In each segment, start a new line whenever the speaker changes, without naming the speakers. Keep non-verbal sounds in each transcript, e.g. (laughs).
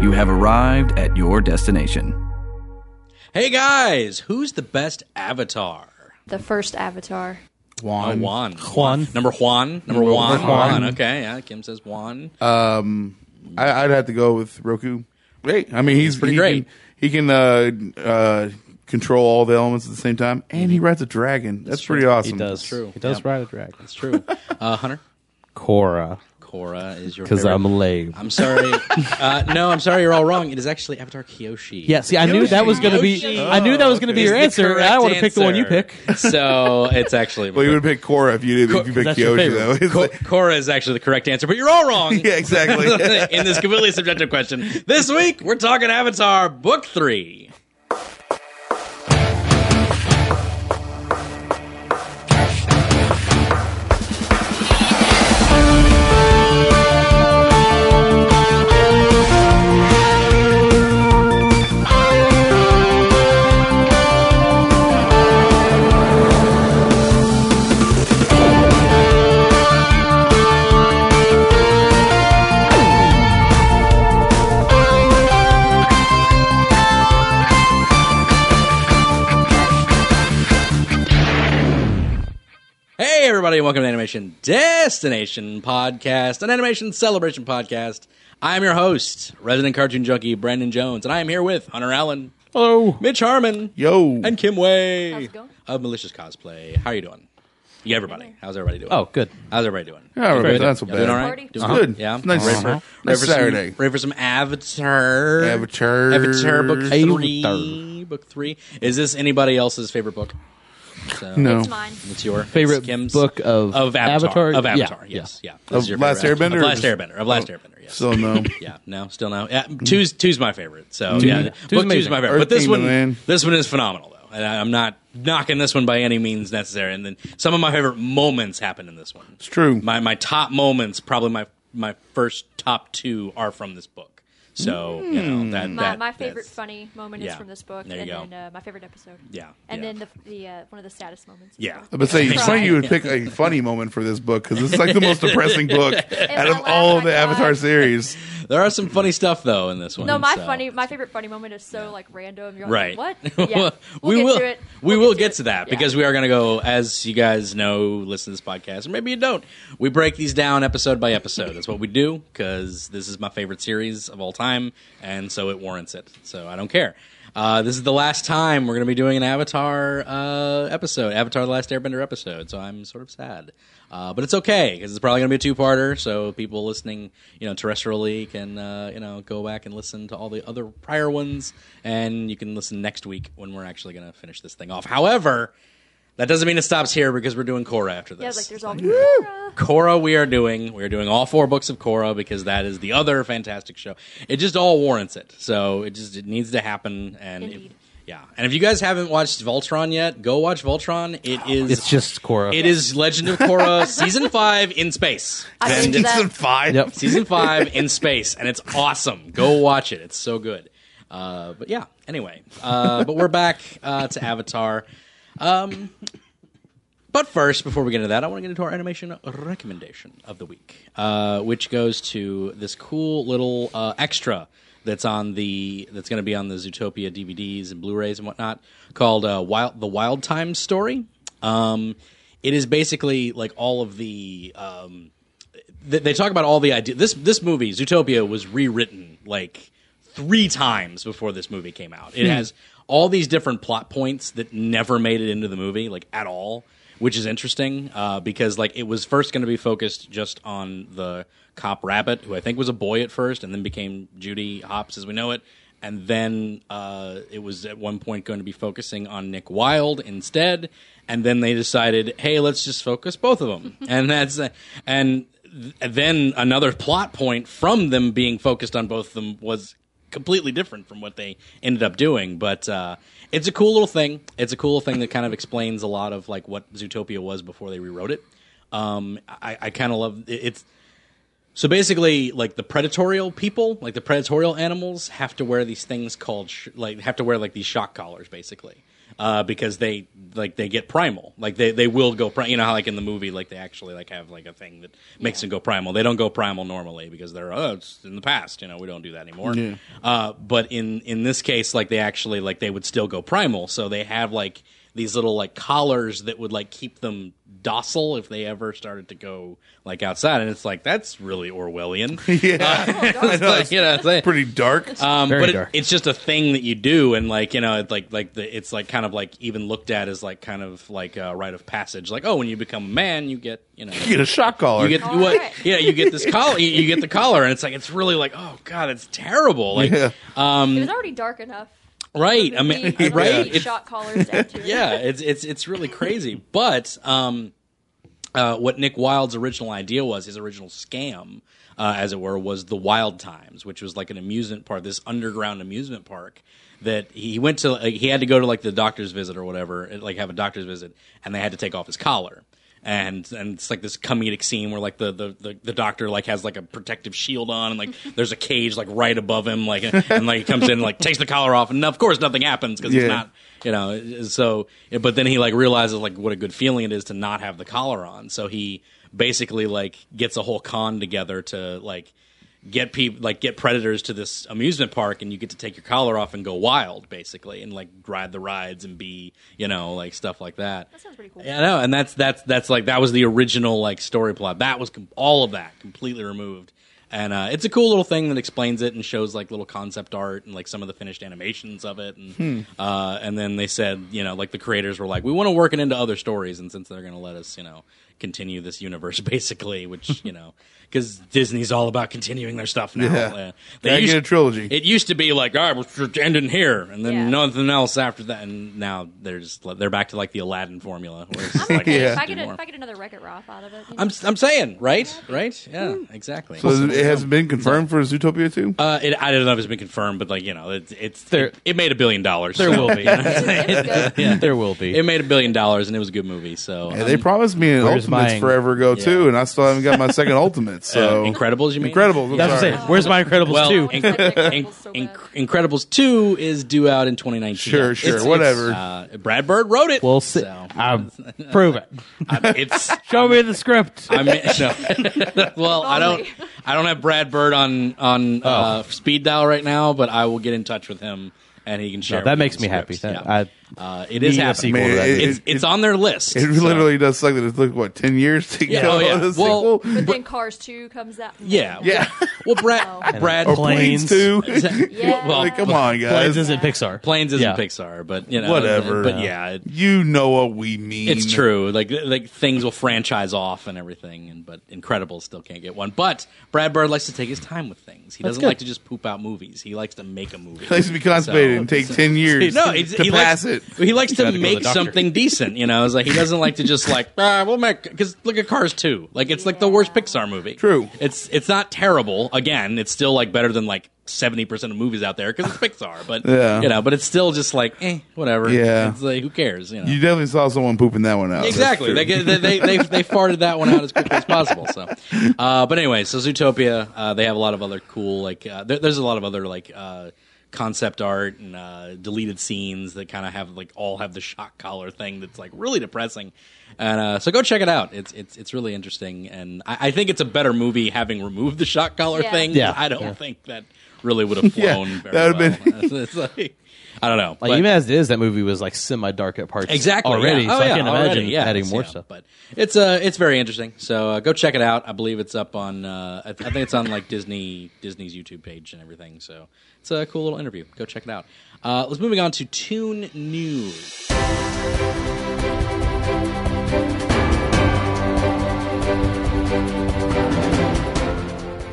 You have arrived at your destination.
Hey guys, who's the best avatar?
The first Avatar.
Oh,
Juan.
Juan.
Juan.
Number Juan. Number Juan.
Juan.
Juan. Okay, yeah. Kim says Juan.
Uh,
I, I'd have to go with Roku. Great. I mean, he's,
pretty
he
great.
Can, he can uh, uh, control all the elements at the same time, and he rides a dragon. That's, pretty awesome.
He does.
true.
He does
Yep.
ride a dragon.
it's true. Uh, Hunter.
Cora,
Korra is your
because
favorite.
I'm lame.
I'm sorry. uh, no, I'm sorry. You're all wrong. It is actually Avatar Kyoshi.
Yeah, see, I knew that was going to be.
Yoshi.
I knew that was going to be
Is
your
the
answer. and I
correct
would have picked the one you
answer.
pick. (laughs)
So it's actually
Well, you would pick Korra if you did. not if you picked
that's your
Kyoshi,
favorite.
though. (laughs) It's
Ko-
like-
Korra is actually the correct answer, but you're all wrong.
(laughs) yeah, exactly.
(laughs) in this completely subjective question. This week, we're talking Avatar Book 3. Hey, everybody, welcome to Animation Destination Podcast, an animation celebration podcast. I'm your host, resident cartoon junkie Brandon Jones, and I am here with Hunter Allen,
Hello.
Mitch Harmon,
(laughs) Yo,
and Kim Way
How's it going?
of Malicious Cosplay. How are you doing? Yeah, everybody. How's everybody doing?
Oh, good.
How's everybody doing?
yeah,
Very
that's so
Y'all doing all
bad.
right?
Party.
Doing
It's good.
Yeah.
It's nice.
Ready for-
Uh-huh.
ready
Nice
for
Saturday.
Some, ready for some Avatar.
Avatar.
Avatar book three.
Avatar.
Book three. Is this anybody else's favorite
(laughs)
book? So,
No,
It's mine.
It's your
Favorite
it's Kim's
book of
of Avatar.
Avatar?
Of
Yeah,
Avatar.
yeah.
Yes. Yeah.
Of
This is your
Last
favorite Avatar. Of
Airbender or
Last
just-
Airbender. Of Last Airbender. Yes.
still no.
yeah. No. Still no. Yeah, two's two's my favorite. So yeah. book two's
amazing.
my favorite.
Earth
but this
Kingdom,
one
man.
this one is phenomenal though. And I, I'm not knocking this one by any means necessary. And then some of my favorite moments happen in this one
It's true.
my my top moments, probably my my first top two are from this book. So you
Hmm.
know that
My,
that
my favorite
that's-
funny moment
yeah.
is from this book,
There you
and
go.
then uh, my favorite episode.
Yeah,
and
yeah.
then the, the uh, one of the saddest moments.
Yeah.
I would say it's
Cry.
funny you would pick a funny moment for this book because it's like the most depressing book out
I
of
laugh,
all
I
the
cried.
Avatar series.
There are some funny stuff though in this one.
No, my
so-
funny, my favorite funny moment is so like random. You're
Right.
like,
(laughs)
what? Yeah,
we
we'll get
will.
to it.
We
We'll
will get to
it.
that
Yeah.
because we are going to go, as you guys know, listen to this podcast, or maybe you don't. We break these down episode by episode. That's what we do because this is my favorite series of all time, and so it warrants it. So I don't care. Uh, this is the last time we're going to be doing an Avatar uh, episode, Avatar: The Last Airbender episode. So I'm sort of sad, uh, but it's okay because it's probably going to be a two-parter. So people listening, you know, terrestrially can uh, you know go back and listen to all the other prior ones, and you can listen next week when we're actually going to finish this thing off. However, that doesn't mean it stops here because we're doing Korra after
Yeah,
this.
like
(laughs)
there's all.
Korra we are doing. We are doing all four books of Korra because that is the other fantastic show. It just all warrants it. So it just it needs to happen and if,
Indeed.
yeah. And if you guys haven't watched Voltron yet, go watch Voltron. It is
It's just Cora.
it is Legend of
(laughs)
Korra season 5 in space.
I
And
believe
Season
that.
five.
Yep.
season five in space, and it's awesome. Go watch it; it's so good. Uh, but yeah, anyway, uh, but we're back uh, to Avatar. Um, but first, before we get into that, I want to get into our animation recommendation of the week, uh, which goes to this cool little uh, extra that's on the that's going to be on the Zootopia DVDs and Blu-rays and whatnot, called uh, Wild, the Wild Times Story. Um, it is basically like all of the um, th- they talk about all the idea. This this movie Zootopia was rewritten like three times before this movie came out. It has all these different plot points that never made it into the movie, like at all, which is interesting uh, because like it was first going to be focused just on the cop Rabbit, who I think was a boy at first, and then became Judy Hopps as we know it. And then uh, it was at one point going to be focusing on Nick Wilde instead. And then they decided, hey, let's just focus both of them. and that's and th- then another plot point from them being focused on both of them was completely different from what they ended up doing but uh, it's a cool little thing it's a cool little thing that kind of explains a lot of like what zootopia was before they rewrote it um, i, I kind of love it, it's so basically, like the predatorial people, like the predatorial animals, have to wear these things called sh- like have to wear like these shock collars, basically, uh, because they like they get primal. Like they, they will go primal. You know how like in the movie like they actually like have like a thing that makes them go primal. They don't go primal normally because they're oh it's in the past. You know we don't do that anymore.
Yeah.
Uh, but in in this case like they actually like they would still go primal. So they have like these little like collars that would like keep them docile if they ever started to go like outside and it's like that's really orwellian
(laughs) yeah,
It's (laughs) like, you know what I'm saying?
pretty dark.
Um,
Very
but it-
dark.
it's just a thing that you do, and like you know, it's like like the, it's like kind of like even looked at as like kind of like a rite of passage. Like oh, when you become a man, you get you know
you get a shock collar.
you get
All
what?
right.
Yeah, you get this collar. You, you get the collar, and it's like it's really like oh god, it's terrible.
(laughs)
Like
(laughs) Yeah.
It was already dark enough.
right, Um, I mean (laughs)
Being
right,
already
It's- (laughs)
Shot collars down to it.
yeah, it's it's it's really crazy. But um, uh, what Nick Wilde's original idea was, his original scam, uh, as it were, was the Wild Times, which was like an amusement park, this underground amusement park that he went to. Like, he had to go to like the doctor's visit or whatever, and, like have a doctor's visit, and they had to take off his collar. And and it's like this comedic scene where like the, the, the, the doctor like has like a protective shield on and like there's a cage like right above him like and, and, like he comes in and like takes the collar off and of course nothing happens because
Yeah.
he's not you know so but then he like realizes like what a good feeling it is to not have the collar on so he basically like gets a whole con together to like get people like get predators to this amusement park and you get to take your collar off and go wild basically and like ride the rides and be you know like stuff like that
That sounds pretty cool.
yeah, I know, and that's that's that's like that was the original like story plot. That was com- all of that completely removed, and uh, it's a cool little thing that explains it and shows like little concept art and like some of the finished animations of it. And
Hmm.
uh, and then they said, you know, like the creators were like, we want to work it into other stories, and since they're going to let us, you know, continue this universe (laughs) basically, which you know, because Disney's all about continuing their stuff now.
Yeah.
Uh,
Gotta get a trilogy.
It used to be like, all right, we're just ending here, and then
Yeah.
nothing else after that. And now they're just they're back to like the Aladdin formula. Where it's just
I'm
like,
okay.
Yeah.
If I
do
get a,
more.
if I get another Wreck-It Ralph out of it, you know,
I'm I'm saying right, right, yeah,
Hmm.
exactly.
so it hasn't been confirmed for Zootopia two.
Oh, uh, it, I don't know if it's been confirmed, but like you know, it's it's
There-
it, it made a billion dollars.
There (laughs) will be.
it's good.
There will
(laughs)
be.
It made a billion dollars, and it was a good movie. So um,
Yeah, they promised me an
Where's
Ultimates
mine?
forever ago too, and I still haven't got my
(laughs)
second Ultimate. So
uh, Incredibles, you mean?
Incredibles. I'm
That's what
sorry.
I'm saying. Where's my Incredibles
Well,
two?
Inc- (laughs) Incredibles so
Inc-
bad.
Incredibles two is due out in 2019.
Sure,
It's-
sure,
it's-
whatever.
uh, Brad Bird wrote it.
We'll see.
So,
Um, prove it.
it's
Show me the script.
I mean, no. (laughs) well, I don't.
Only.
I don't have Brad Bird on on uh, speed dial right now, but I will get in touch with him and he can share.
that
with me
makes
the
me happy.
scripts.
That-
Yeah. uh, it is
need a
happening.
sequel.
Man, it-
It's
it-
it's on their list.
It
so-
literally does suck that it took what ten years to
Yeah.
get
Oh,
all
yeah.
this
Well-
sequel.
But then Cars 2 comes out.
Yeah.
Yeah, (laughs)
Well, Brad. Brad.
or
Pla-
planes
Planes.
(laughs)
too.
Yeah.
Well,
(laughs) like, come on,
Planes
guys.
isn't Pixar.
Planes isn't
Yeah.
Pixar, but you know,
Whatever.
But yeah, it,
You know what we mean.
It's
(laughs)
true. Like like things will franchise off and everything, and but Incredibles still can't get one. But Brad Bird likes to take his time with things. He doesn't
good.
like to just poop out movies. He likes to make a
(laughs)
movie.
It needs to be constipated
So-
and take ten
(laughs)
years
no, it's,
to
he
pass
likes,
it.
He likes to
gotta go to
make
the doctor. (laughs)
something decent, you know. It's like he doesn't like to just like ah, we'll make because look at Cars two, like it's like the worst
Yeah.
Pixar movie.
True.
it's it's not terrible. Again, it's still like better than like seventy percent of movies out there because it's Pixar. But
Yeah.
you know, but it's still just like eh, whatever.
Yeah.
it's like, who cares? You know,
You definitely saw someone pooping that one out. That's
Exactly.
true.
They, they, they, they, they farted that one out as quickly as possible. So, uh, but anyway, so Zootopia, uh, they have a lot of other cool, like, uh, there, there's a lot of other, like, uh, concept art and uh, deleted scenes that kind of have, like, all have the shock collar thing that's, like, really depressing. And uh, so go check it out. It's it's it's really interesting, and I, I think it's a better movie having removed the shock collar
Yeah.
thing.
Yeah.
I don't think that really would have
(laughs) Yeah,
flown. very
that
well. (laughs)
would've
It's like- I don't know.
Like
but-
even as it is, that movie was like semi dark at parts
exactly
already.
yeah. Oh,
so I
yeah,
can't
already,
imagine
yeah,
adding
it's-
more
yeah,
stuff.
But it's uh it's very interesting. So uh, go check it out. I believe it's up on uh, I, th- I think it's on like Disney Disney's YouTube page and everything. So it's a cool little interview. Go check it out. Uh, let's moving on to Tune News.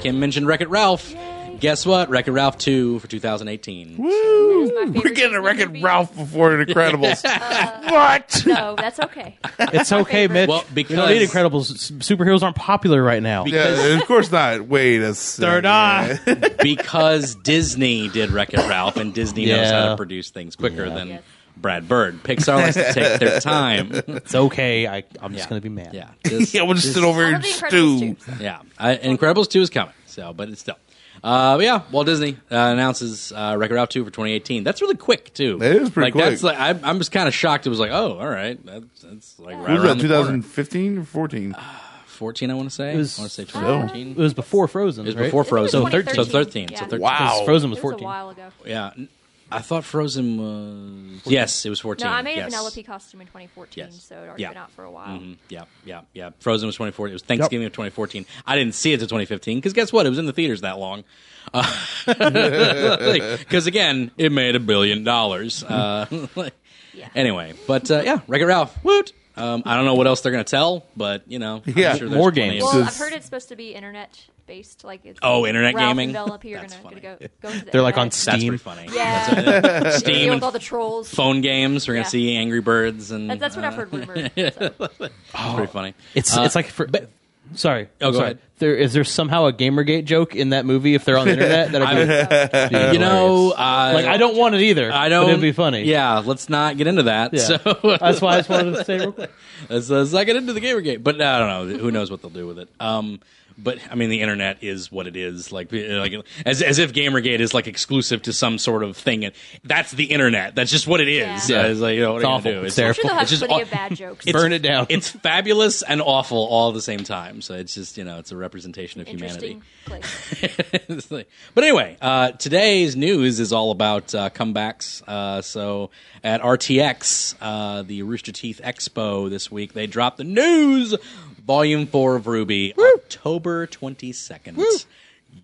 Kim mentioned Wreck It Ralph. Guess what? Wreck It Ralph 2 for 2018.
my
Woo!
favorite
We're getting
Disney
a record
movie.
Ralph
(laughs)
before an Incredibles. what?
No, Oh, that's okay.
It's okay, Mitch.
Well,
we don't need
because-
Incredibles. S- Superheroes aren't popular right now.
Yeah, of course not. Wait a second.
They're not.
because Disney did Wreck It Ralph, and Disney knows
Yeah.
how to produce things quicker than
Yes.
Brad Bird. Pixar likes to take their time.
It's okay. I, I'm
Yeah.
just gonna be mad.
Yeah, This-
(laughs) yeah, we'll just sit over
I
here
love
and
the Incredibles
stew.
too, so.
yeah. I, Incredibles two is coming, so but it's still. Uh, but yeah, Walt Disney uh, announces uh, Wreck-It Ralph 2 for 2018. That's really quick too.
That is pretty
like,
quick.
That's like I'm, I'm just kind of shocked. It was like, oh, all right, that's, that's like right
What was
around
that,
the corner.
2015 or 14?
14, I want to say.
It was-
I want to say
No.
2014.
It was before Frozen.
It was
right?
before Frozen.
So 13.
So 13. So 13.
Wow.
'Cause Frozen was
It was a
14.
while ago.
Yeah. N- I thought Frozen was. Yes, it was 14.
No, I made a
yes.
Penelope costume in 2014,
Yes.
so it already
Yeah.
been out for a while.
Mhm. Yeah, yeah, yeah. Frozen was 2014. It was Thanksgiving of 2014. I didn't see it till 2015 because guess what? It was in the theaters that long. (laughs) Because again, it made a billion dollars. Uh, (laughs) like-
Yeah.
Anyway, but uh, yeah, Wreck It Ralph. Woot! Um, I don't know what else they're gonna tell, but you know, I'm
Yeah,
sure there's
more
plenty
games.
of-
Well, I've
Does-
heard it's supposed to be internet based, like it's
Oh, internet
Ralph
gaming?
And Penelope are
That's
gonna,
funny.
gonna go, go to the
They're like on
internet.
Steam.
That's pretty funny.
Yeah, (laughs)
Steam
deal
and
with all the trolls.
phone games. We're gonna
Yeah.
see Angry Birds, and
That- That's what I've
(laughs)
heard rumored. so.
It's pretty funny.
It's
Uh,
it's like for. sorry.
Oh,
I'm
go
sorry.
ahead.
There is there somehow a GamerGate joke in that movie if they're on the
(laughs)
internet that I
you know, uh,
like I don't want it either.
I
but
don't.
It'd be funny.
Yeah, let's not get into that.
Yeah.
So (laughs)
that's why I just wanted to say real quick.
let's, let's not get into the gamer game. But I don't know. Who knows what they'll do with it? Um, but I mean, the internet is what it is. Like, eh, like as as if Gamergate is like exclusive to some sort of thing. And that's the internet. That's just what it is.
Yeah.
Uh, it's like you know, what
It's
are you
awful.
gonna do?
It's
I'm
terrible.
sure they'll have
just
plenty
all-
of bad jokes.
it's-
Burn it down.
It's fabulous and awful all at the same time. So it's just you know, it's a representation of humanity.
Interesting place.
(laughs) It's like- but anyway, uh, today's news is all about uh, comebacks. Uh, so at RTX, uh, the Rooster Teeth Expo this week, they dropped the news volume four of Ruby, October 22nd.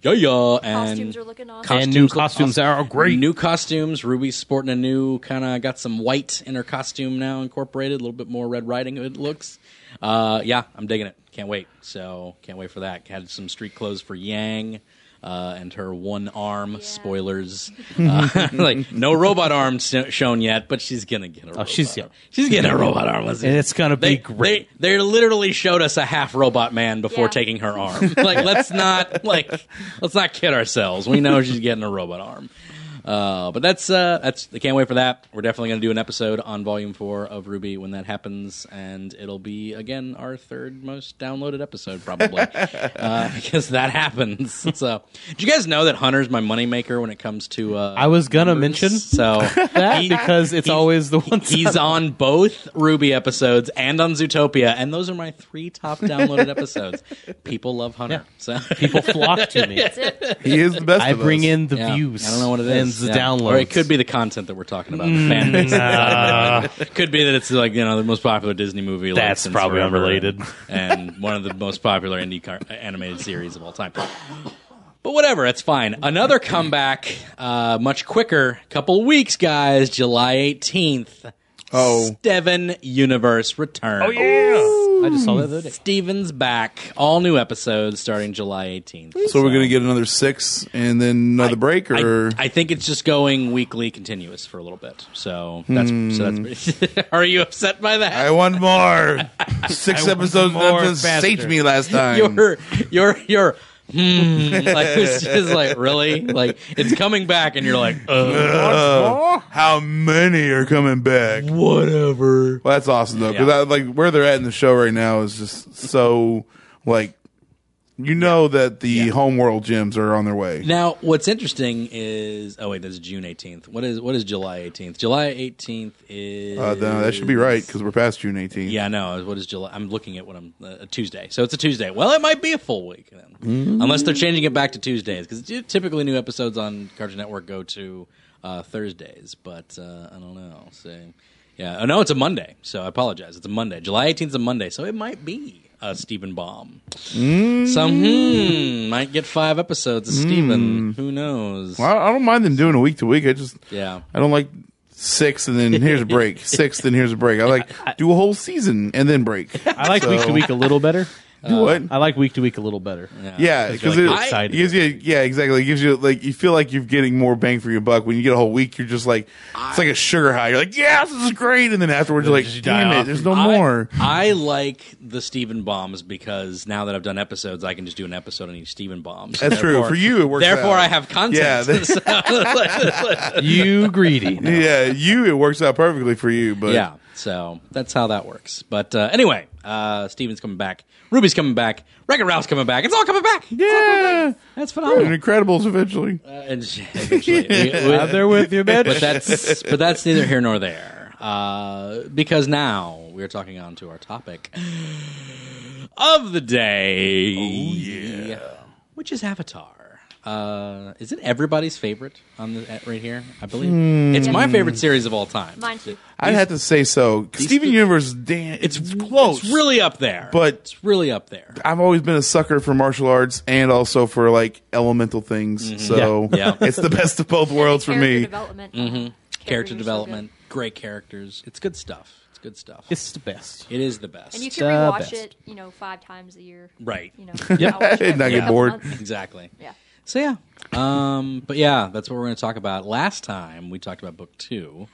Yeah, yeah. And
Costumes are looking awesome.
And new
look
costumes
awesome.
are great.
New costumes. Ruby's sporting a new kind of got some white in her costume now, incorporated a little bit more Red Riding Hood looks. Uh, yeah, I'm digging it. Can't wait. So can't wait for that. Had some street clothes for Yang. Uh, and her one arm spoilers uh, (laughs) like no robot arm s- shown yet but she's gonna get a robot
Oh, she's-
arm. she's getting a robot arm
And it's gonna be great.
they, they literally showed us a half robot man before
Yeah.
taking her
(laughs)
arm. like let's not like let's not kid ourselves. We know she's getting a robot arm. Uh, but that's uh, that's I can't wait for that. We're definitely going to do an episode on Volume Four of Ruby when that happens, and it'll be again our third most downloaded episode
(laughs)
probably uh, because that happens. (laughs) So, do you guys know that Hunter's my moneymaker when it comes to? Uh,
I was gonna
numbers?
mention
so
(laughs) That
he-
because it's
he-
always the
(laughs)
one.
He's on both Ruby episodes and on Zootopia, and those are my three top
(laughs)
downloaded episodes. People love Hunter. So
people flock (laughs) to me.
That's it.
He is the best.
I
of
bring
us.
in the
Yeah,
views.
I don't know what it is.
And the
Yeah.
downloads. Mm.
Or it could be the content that we're talking about. the fan
(laughs)
base.
Nah.
could be that it's like you know the most popular Disney movie. like,
Uh. That's
since
probably
forever,
unrelated.
and and one of the most popular indie car- animated series of all time. But whatever, it's fine. Another comeback, uh, much quicker. Couple weeks, guys. July eighteenth.
Oh.
Steven Universe returns. Oh yeah.
I just saw
Hmm.
that the other day.
Steven's back. All new episodes starting July 18th.
So we're gonna get another six and then another break, or
I, I think it's just going weekly continuous for a little bit. So that's
Hmm.
so that's pretty, (laughs) Are you upset by that?
I want
(laughs)
more. Six
want
episodes
more
that just
faster.
saved me last
(laughs)
time.
you're you're you're hmm like it's just like really like it's coming back and you're like
(laughs)
uh,
Uh, how many are coming back?
whatever.
Well, that's awesome though, because
Yeah.
like where they're at in the show right now is just so like you know that the homeworld gyms are on their way.
Now, what's interesting is oh wait, that's June 18th. What is what is July 18th? July 18th is
Uh, no, that should be right because we're past June 18th.
Yeah, no. What is July? I'm looking at what I'm uh, Tuesday, so it's a Tuesday. Well, it might be a full week then, unless they're changing it back to Tuesdays because typically new episodes on Cartoon Network go to uh, Thursdays. But uh, I don't know. So yeah, oh no, it's a Monday. So I apologize. It's a Monday. July 18th is a Monday, so it might be a Stephen Bomb. So hmm, might get five episodes of Stephen. Who knows?
Well, I I don't mind them doing a week to week. I just
Yeah.
I don't like six and then here's a break, six then here's a break. I like do a whole season and then break. Do
I like week to week a little better.
what?
I like week to week a little better.
Yeah, because
like,
it
you're excited.
gives you, yeah, exactly. It gives you like you feel like you're getting more bang for your buck when you get a whole week. You're just like it's like a sugar high. You're like, yeah, this is great, and then afterwards you're like,
just die
damn it,
off.
there's no
I-
more.
I, like the Steven bombs because now that I've done episodes, I can just do an episode on each Steven bomb. So
That's true.
therefore-
For you, it works
Therefore,
out.
I have content. (laughs)
Yeah, that-
So it's like- (laughs)
You greedy.
(laughs) Yeah, you it works out perfectly for you, but
yeah. So that's how that works. But uh, anyway, Uh, Steven's coming back. Ruby's coming back. Wreck-It Ralph's coming back. It's all coming
(laughs)
back.
Yeah.
That's
And
phenomenal.
Incredibles eventually.
Uh, and eventually, we- we-
Out there with you, bitch.
but that's but that's neither here nor there uh, because now we're talking on to our topic of the day. Oh yeah, which is Avatar. Uh, is it everybody's favorite on the at, right here? I believe it's my favorite series of all time.
Mine too.
I'd have to say so. 'Cause Steven Universe, damn, it's, close.
It's really up there,
But-
it's really up there.
I've always been a sucker for martial arts and also for like elemental things. So
Mm-hmm. Yeah. Yeah.
(laughs) it's the best of both worlds for
Character
me.
Development.
Mm-hmm. Character
Characters are so
development,
good.
great characters. It's good stuff. It's good stuff.
(laughs) it's the best.
It is the best.
And you
The
can rewatch
best.
it, you know, five times a year.
right.
(laughs)
You know, I'll watch
(laughs)
it
Not
every
get
couple
bored.
months.
Exactly.
Yeah.
So yeah, um, but yeah, that's what we're going to talk about. Last time we talked about book two.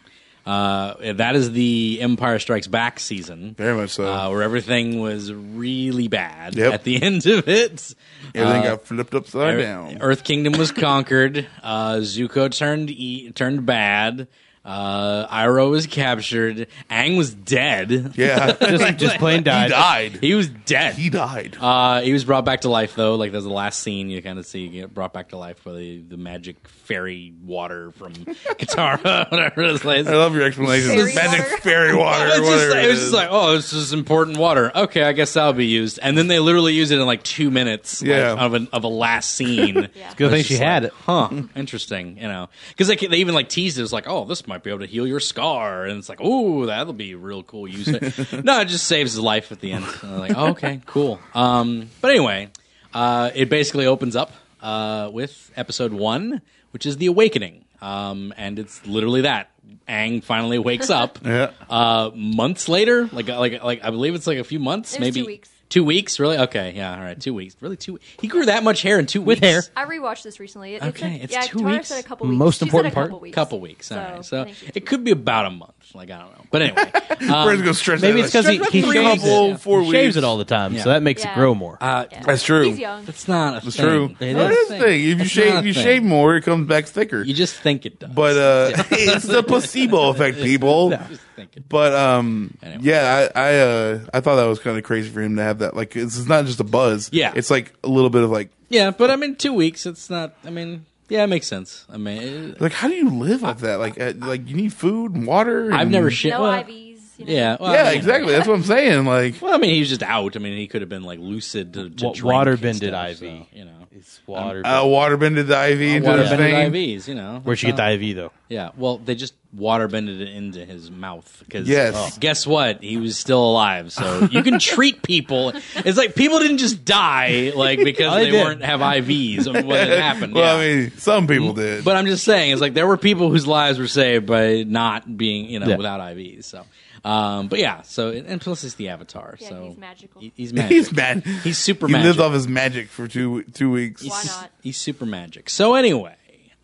Uh, that is the Empire Strikes Back season,
Very much so.
uh, where everything was really bad
Yep.
at the (laughs) end of it.
Everything got flipped upside
Er-
down.
Earth Kingdom was conquered. Uh, Zuko turned e- turned bad. Uh, Iroh was captured. Aang was dead. (laughs)
yeah.
Just, just plain died.
died.
He was dead.
(laughs) He died.
Uh, he was brought back to life though. Like there's the last scene you kind of see get brought back to life with the, the magic fairy water from (laughs) Katara, (laughs) whatever it is.
I love your explanation.
Fairy
Magic
water.
(laughs)
fairy water.
It's just-
whatever
it was
is.
just like, oh, this is important water. Okay, I guess that'll be used. And then they literally use it in like two minutes like,
Yeah.
of, an, of a last scene.
Yeah.
Good thing
It's
she
just
had
like,
it.
Huh, interesting, you know. Because they, they even like teased it. It's like, oh, this might be able to heal your scar. And it's like, oh, that'll be a real cool use.
(laughs)
no, it just saves his life at the end. And they're like, oh, okay, cool. Um, but anyway, uh, it basically opens up uh, with episode one, which is The Awakening. Um, and it's literally that. Aang finally wakes
(laughs)
up.
Yeah.
Uh, months later, like uh, like like I believe it's like a few months,
It was
maybe
two weeks.
Two weeks, really? Okay, yeah, all right, two weeks. Really, two. He grew that much hair in two
With
weeks.
hair.
I rewatched this recently. It, it's
Okay,
a,
it's
yeah,
two
Tara
weeks?
Said a couple weeks. She
Most
said
important
a
part?
couple weeks.
couple weeks.
So,
all right. So
I think she-
it could be about a month. Like I don't know, but
(laughs)
anyway,
We're just gonna stretch
Maybe
that
it's because
out.
he, he
Stretch
shaves
that out.
it.
Four
He shaves
weeks.
it all the time,
Yeah.
so that makes it
Yeah.
grow more.
uh,
yeah.
That's true.
He's young.
that's not a
It's
thing.
true.
It
That
is.
is a thing. If you
That's
shave,
not a
you
thing.
shave more, it comes back thicker.
You just think it does.
but uh,
(laughs)
(laughs) it's the placebo effect, people.
You just think it.
But um,
Anyway.
yeah, I I, uh, I thought that was kind of crazy for him to have that. Like, it's, it's not just a buzz.
Yeah.
it's like a little bit of like,
Yeah, but I mean, two weeks. It's not. I mean, yeah, it makes sense. I mean, uh, it,
like how do you live off that? Like, uh, like you need food and water. And,
I've never shit.
No
well,
IVs. You know.
Yeah. Well,
Yeah,
I mean,
exactly. That's what I'm saying. Like,
Well, I mean, he was just out. I mean, he could have been like lucid to, to
Wa-
drink
water
and
bended
stuff,
IV.
so, you know.
It's water.
uh, waterbended the IV into
Water
his vein.
bended IVs, you know.
Where'd she get the IV though?
Yeah, well, they just water bended it into his mouth because
Yes. Oh.
guess what? He was still alive, so you
(laughs)
can treat people. It's like people didn't just die like
(laughs)
because
Oh, they
they,
did.
weren't have IVs when it happened. yeah.
Well, I mean, some people did.
but I'm just saying, it's like there were people whose lives were saved by not being, you know,
Yeah.
without IVs. So, um, but yeah, so and plus it's the Avatar,
Yeah,
so
he's magical.
He- he's magic.
(laughs) (laughs) he's mad.
He's super
He
magic.
lived off his magic for two two weeks.
Why not?
He's super magic. So anyway,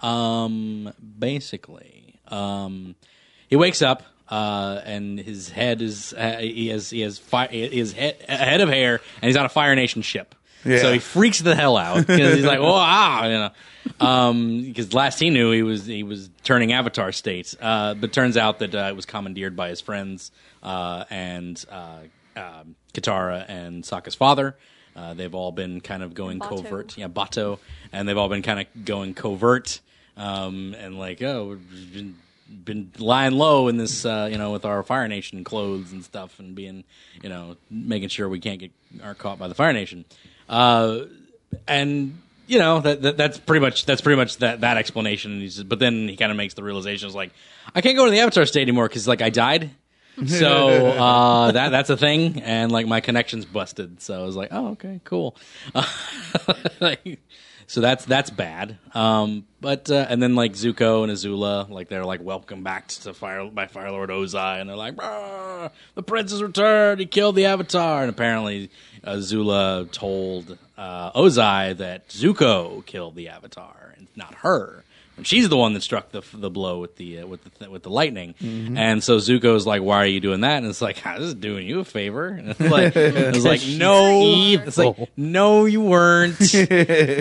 um, basically, um, he wakes up. Uh, and his head is uh, he has he has fi- his head a head of hair, and he's on a Fire Nation ship.
Yeah.
So he freaks the hell out because he's like, "Oh ah," you know. Um, because last he knew he was he was turning Avatar states. Uh, but turns out that uh, it was commandeered by his friends uh, and uh, um Katara and Sokka's father. Uh, they've all been kind of going
Bato.
covert, yeah, Bato, and they've all been kind of going covert, um, and like, oh, we've been, been lying low in this, uh, you know, with our Fire Nation clothes and stuff, and being, you know, making sure we can't get are caught by the Fire Nation, uh, and you know that, that that's pretty much that's pretty much that that explanation. And he's just- but then he kind of makes the realization, it's like, I can't go to the Avatar State anymore because like I died. so uh, that that's a thing, and like my connection's busted. So I was like, oh okay, cool. (laughs) Like, so that's that's bad. Um, but uh, and then like Zuko and Azula, like they're like welcome back to Fire by Fire Lord Ozai, and they're like, "Brr, the prince has returned. He killed the Avatar, and apparently Azula told uh, Ozai that Zuko killed the Avatar and not her. And she's the one that struck the the blow with the uh, with the with the lightning. And so Zuko's like, "Why are you doing that?" And it's like, "Ah, "This is doing you a favor." (laughs) And it's like, it's like no,
evil.
it's
Oh.
like no, you
(laughs)
weren't,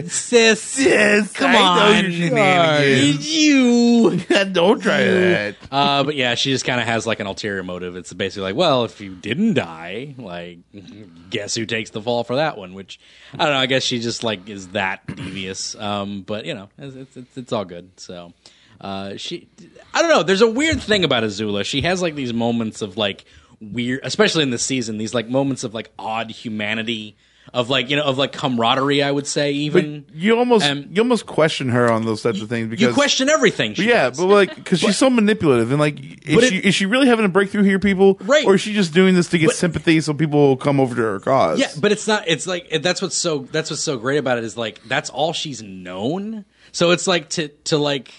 sis. come
I
on,
know your shenanigans.
you.
(laughs) Don't try that.
Uh, but yeah, she just kind of has like an ulterior motive. It's basically like, well, if you didn't die, like, (laughs) guess who takes the fall for that one? Which I don't know. I guess she just like is that devious. Um, but you know, it's it's, it's, it's all good. So. Uh, she, I don't know. There's a weird thing about Azula. She has like these moments of like weird, especially in this season. These like moments of like odd humanity, of like you know, of like camaraderie. I would say even
But you almost
Um,
you almost question her on those types of things because
you question everything. She
Yeah,
does.
but like
(laughs)
because she's so manipulative and like is
But it-
she is she really having a breakthrough here, people?
Right.
Or is she just doing this to get
But-
sympathy so people will come over to her cause?
Yeah, but it's not. It's like that's what's so that's what's so great about it is like that's all she's known. So it's like to to like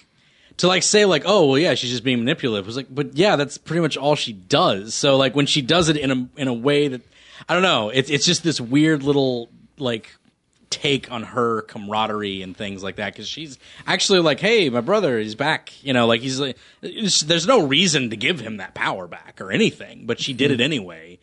to like say like oh well yeah she's just being manipulative. It's like but yeah that's pretty much all she does. So like when she does it in a in a way that I don't know. It's it's just this weird little like take on her camaraderie and things like that because she's actually like hey my brother is back you know like he's like it's- there's no reason to give him that power back or anything but she did it anyway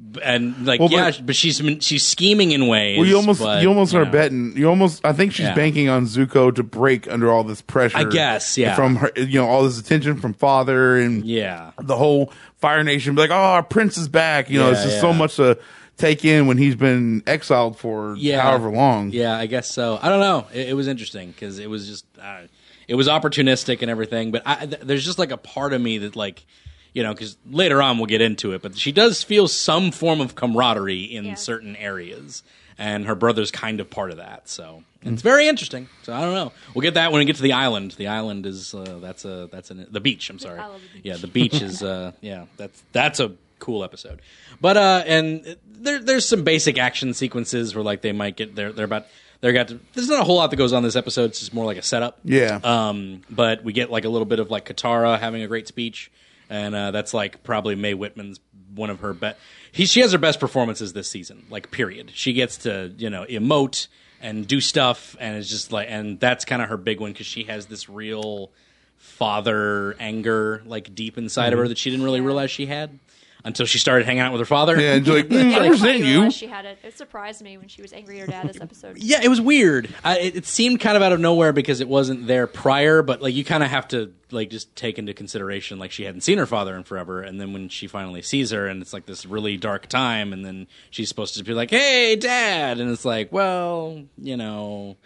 B- and like
Mm-hmm. Well,
yeah
but-
but she's she's scheming in ways
Well, you almost
but,
you almost are
know.
betting. You almost I think she's
Yeah.
banking on Zuko to break under all this pressure.
I guess, yeah.
From her, you know, all this attention from father and
yeah
the whole Fire Nation. Be like, oh, our prince is back. You know,
Yeah,
it's just
yeah.
so much to take in when he's been exiled for
yeah
however long.
yeah i guess so i don't know it, it was interesting because it was just uh, it was opportunistic and everything but I, th- there's just like a part of me that like you know because later on we'll get into it but she does feel some form of camaraderie in
Yeah.
certain areas and her brother's kind of part of that so it's very interesting so i don't know we'll get that when we get to the island the island is uh, that's a that's an the beach i'm sorry
I love the beach.
(laughs) yeah the beach is uh yeah that's that's a cool episode but uh and there there's some basic action sequences where like they might get they're they're about they're got to, there's not a whole lot that goes on in this episode it's just more like a setup
Yeah.
um but we get like a little bit of like katara having a great speech and uh that's like probably may whitman's one of her best he she has her best performances this season like period she gets to you know emote and do stuff and it's just like and that's kind of her big one because she has this real father anger like deep inside
Mm-hmm.
of her that she didn't really realize she had until she started hanging out with her father.
Yeah, and
(laughs)
you're like, mm,
Yeah,
I
I
understand
realized
you.
She had it. It surprised me when she was angry at her dad this episode.
(laughs) Yeah, it was weird. I, it, it seemed kind of out of nowhere because it wasn't there prior, but like you kind of have to like just take into consideration like she hadn't seen her father in forever, and then when she finally sees her, and it's like this really dark time, and then she's supposed to be like, "Hey, dad," and it's like, well, you know,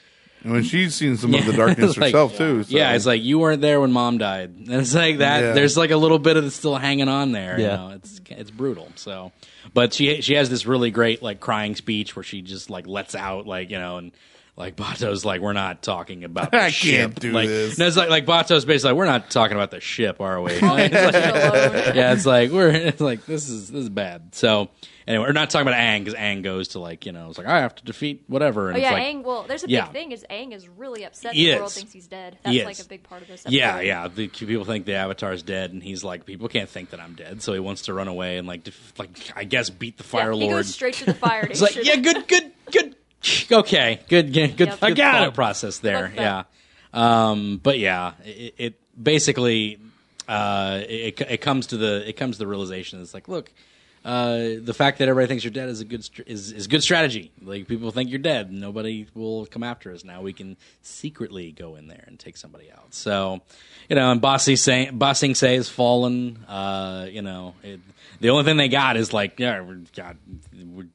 And when she's seen some of the
Yeah, (laughs)
darkness
it's like-
herself too. So.
yeah, it's like you weren't there when mom died, (laughs) and it's like that.
Yeah.
There's like a little bit of it still hanging on there.
Yeah.
you know? it's it's brutal. So, but she she has this really great like crying speech where she just like lets out like you know and. Like Bato's like we're not talking
(laughs)
about. The
I
ship.
can't do
like,
this.
No, it's like like Bato's basically like we're not talking about the ship, are
(laughs)
we? Like, (laughs)
Leave it alone.
yeah, it's like we're it's like this is this is bad. So anyway, we're not talking about Ang because Ang goes to like you know it's like I have to defeat whatever. And
Oh yeah,
it's like,
Aang. Well, there's a big
yeah.
thing is Aang is really upset.
He
The world
is.
thinks he's dead. That's
He
like
is.
a big part of this. Episode.
Yeah, yeah. The people think the Avatar's dead, and he's like, people can't think that I'm dead, so he wants to run away and like, def- like I guess beat the
Yeah,
Fire
He
Lord.
goes straight to the fire
(laughs) It's
nation.
like, yeah, good, good, good. (laughs) Okay, good, good, good,
Yep.
good
I got
thought
him.
process there.
What's
Yeah,
that?
um, but yeah, it, it basically uh, it, it comes to the it comes to the realization. It's like, look, uh, the fact that everybody thinks you're dead is a good str- is is good strategy. Like people think you're dead, nobody will come after us. Now we can secretly go in there and take somebody out. So, you know, and Bossy say Bossing say is fallen. Uh, you know, it, the only thing they got is like, yeah, we're, God, we're,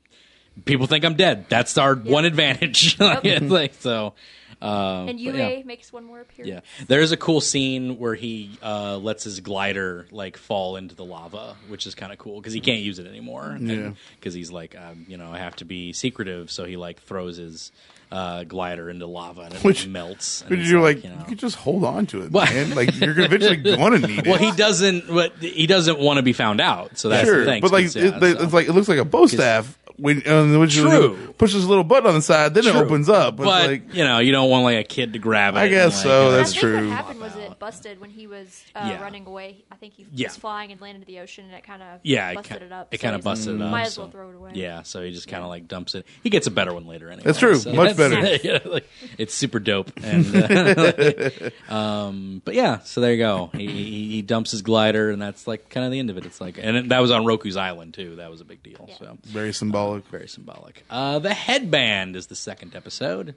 people think I'm dead. That's our one advantage. (laughs) Like, it's like, so, um,
And
but
Yue
yeah.
makes one more appearance.
Yeah, there is a cool scene where he uh, lets his glider like fall into the lava, which is kind of cool because he can't use it anymore.
Yeah.
because he's like, um, you know, I have to be secretive, so he like throws his uh, glider into lava and it
Which-
melts. And
But
it's
you're like, you,
know.
could just hold on to it,
Well-
man. Like you're
(laughs)
eventually gonna need it.
well, he doesn't. But he doesn't want to be found out. So that's
sure,
the thing.
but like,
yeah,
it,
so-
it's like it looks like a bow staff when um, which is-
True.
pushes a little button on the side, then it opens up. But,
but
it's like,
you know, you don't want like a kid to grab it.
I
and,
guess
like,
so,
you know,
I
that's
think
true.
What happened was it busted when he was uh,
Oh, Yeah.
running away. I think he
Yeah.
was flying and landed in the ocean, and it kind of
Yeah,
busted
ki-
it up.
It
so
kind of
he's
busted it
like,
up.
Might as well
so-
throw it away.
Yeah, so he just kind of like dumps it. He gets a better one later anyway.
That's true.
so
Much better.
(laughs) yeah, like, it's super dope. And, uh, (laughs) um, but yeah, so there you go. He, he he dumps his glider, and that's like kind of the end of it. It's like, and it- that was on Roku's island too. That was a big deal.
Yeah.
So
Very symbolic.
very symbolic. Uh, the headband is the second episode.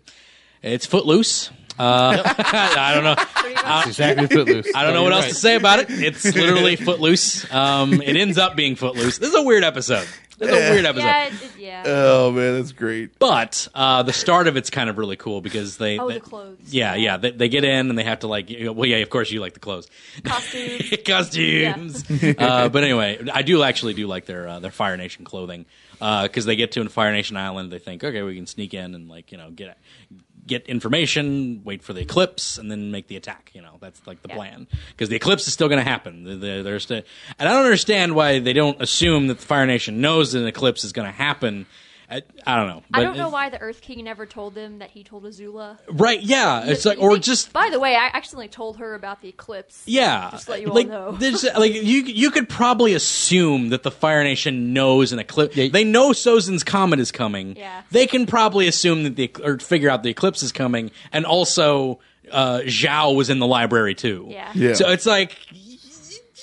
It's footloose. Uh, (laughs) I don't know.
Pretty much.
exactly footloose.
(laughs) I don't know what else to say about it. It's literally footloose. Um, it ends up being footloose. This is a weird episode. This is a weird episode.
yeah, it, it- yeah.
Oh man, that's great.
But uh, the start of it's kind of really cool because they.
Oh,
they-
the clothes.
Yeah, yeah. They, they get in and they have to like. you know, Well, yeah. Of course, you like the clothes,
Costumes.
(laughs) costumes.
(laughs)
uh, but anyway, I do actually do like their uh, their Fire Nation clothing because they get to in Fire Nation Island. They think, okay, we can sneak in and like you know get get information, wait for the eclipse, and then make the attack. You know, that's like the
Yeah.
plan because the eclipse is still going to happen. The- the- There's the- and I don't understand why they don't assume that the Fire Nation knows that an eclipse is going to happen. I, I don't know.
I
But
don't know
it-
why the Earth King never told them that he told Azula.
Right? Yeah. It's like,
You
or
think-
just
By the way, I accidentally told her about the eclipse.
yeah.
Just let you all
like,
know.
(laughs) There's, like you, you could probably assume that the Fire Nation knows an eclipse.
Yeah.
They know Sozin's comet is coming.
Yeah.
They can probably assume that the ec- or figure out the eclipse is coming, and also uh, Zhao was in the library too.
Yeah.
Yeah.
So it's like. y- y-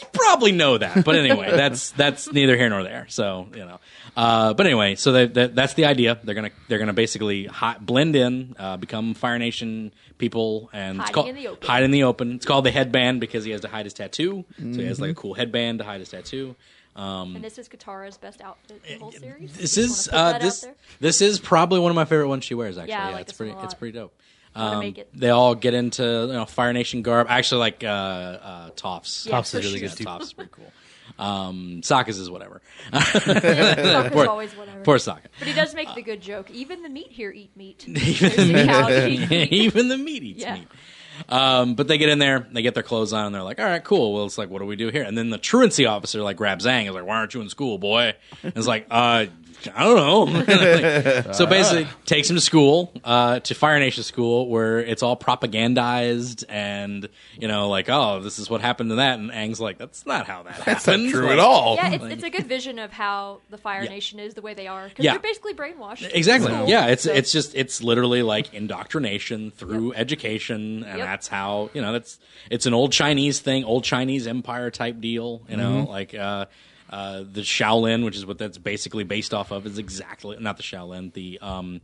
You probably know that, but anyway, that's that's neither here nor there. So you know, uh, but anyway, so that, that that's the idea. They're gonna they're gonna basically hi- blend in, uh, become Fire Nation people, and it's
Hiding
called-
in the open.
hide in the open. It's called the headband because he has to hide his tattoo, so he has like a cool headband to hide his tattoo.
And this is Katara's best outfit in the whole series.
This is
Just wanna put
uh,
that out
this
there.
this is probably one of my favorite ones she wears. Actually,
Yeah, I like
it's
this one
pretty
a
it's
lot.
pretty dope.
Wanna
Um, (laughs)
make it-
they all get into you know Fire Nation garb. I actually like uh, uh, Toffs.
Yeah, Topps is for really
sure. good, too.
Toffs is pretty cool. Um, Sokka's is whatever.
Sokka's
Poor-
always whatever.
Poor Sokka.
But he does make the good joke. Even the meat here
(laughs)
eat meat. There's the cow that eats meat.
Even the meat eats
Yeah.
meat. Um, but they get in there, they get their clothes on, and they're like, "All right, cool." Well, it's like, what do we do here? And then the truancy officer like grabs Zhang, is like, "Why aren't you in school, boy?" And it's like, "Uh, I (laughs) don't know."
Uh-huh.
Like, so basically, takes him to school, uh, to Fire Nation school, where it's all propagandized, and you know, like, "Oh, this is what happened to that," and Aang's like, "That's not how that happened.
That's not true
Like,
at all.
(laughs)
Yeah, it's, it's a good vision of how the Fire Nation is the way they are. Because
Yeah.
they're basically brainwashed.
Exactly.
So-
Yeah, it's
so-
it's just it's literally like indoctrination through education, and
Yep.
that's how you know that's it's an old Chinese thing, old Chinese empire type deal. You know, like uh, uh, the Shaolin, which is what that's basically based off of, is exactly not the Shaolin, the um,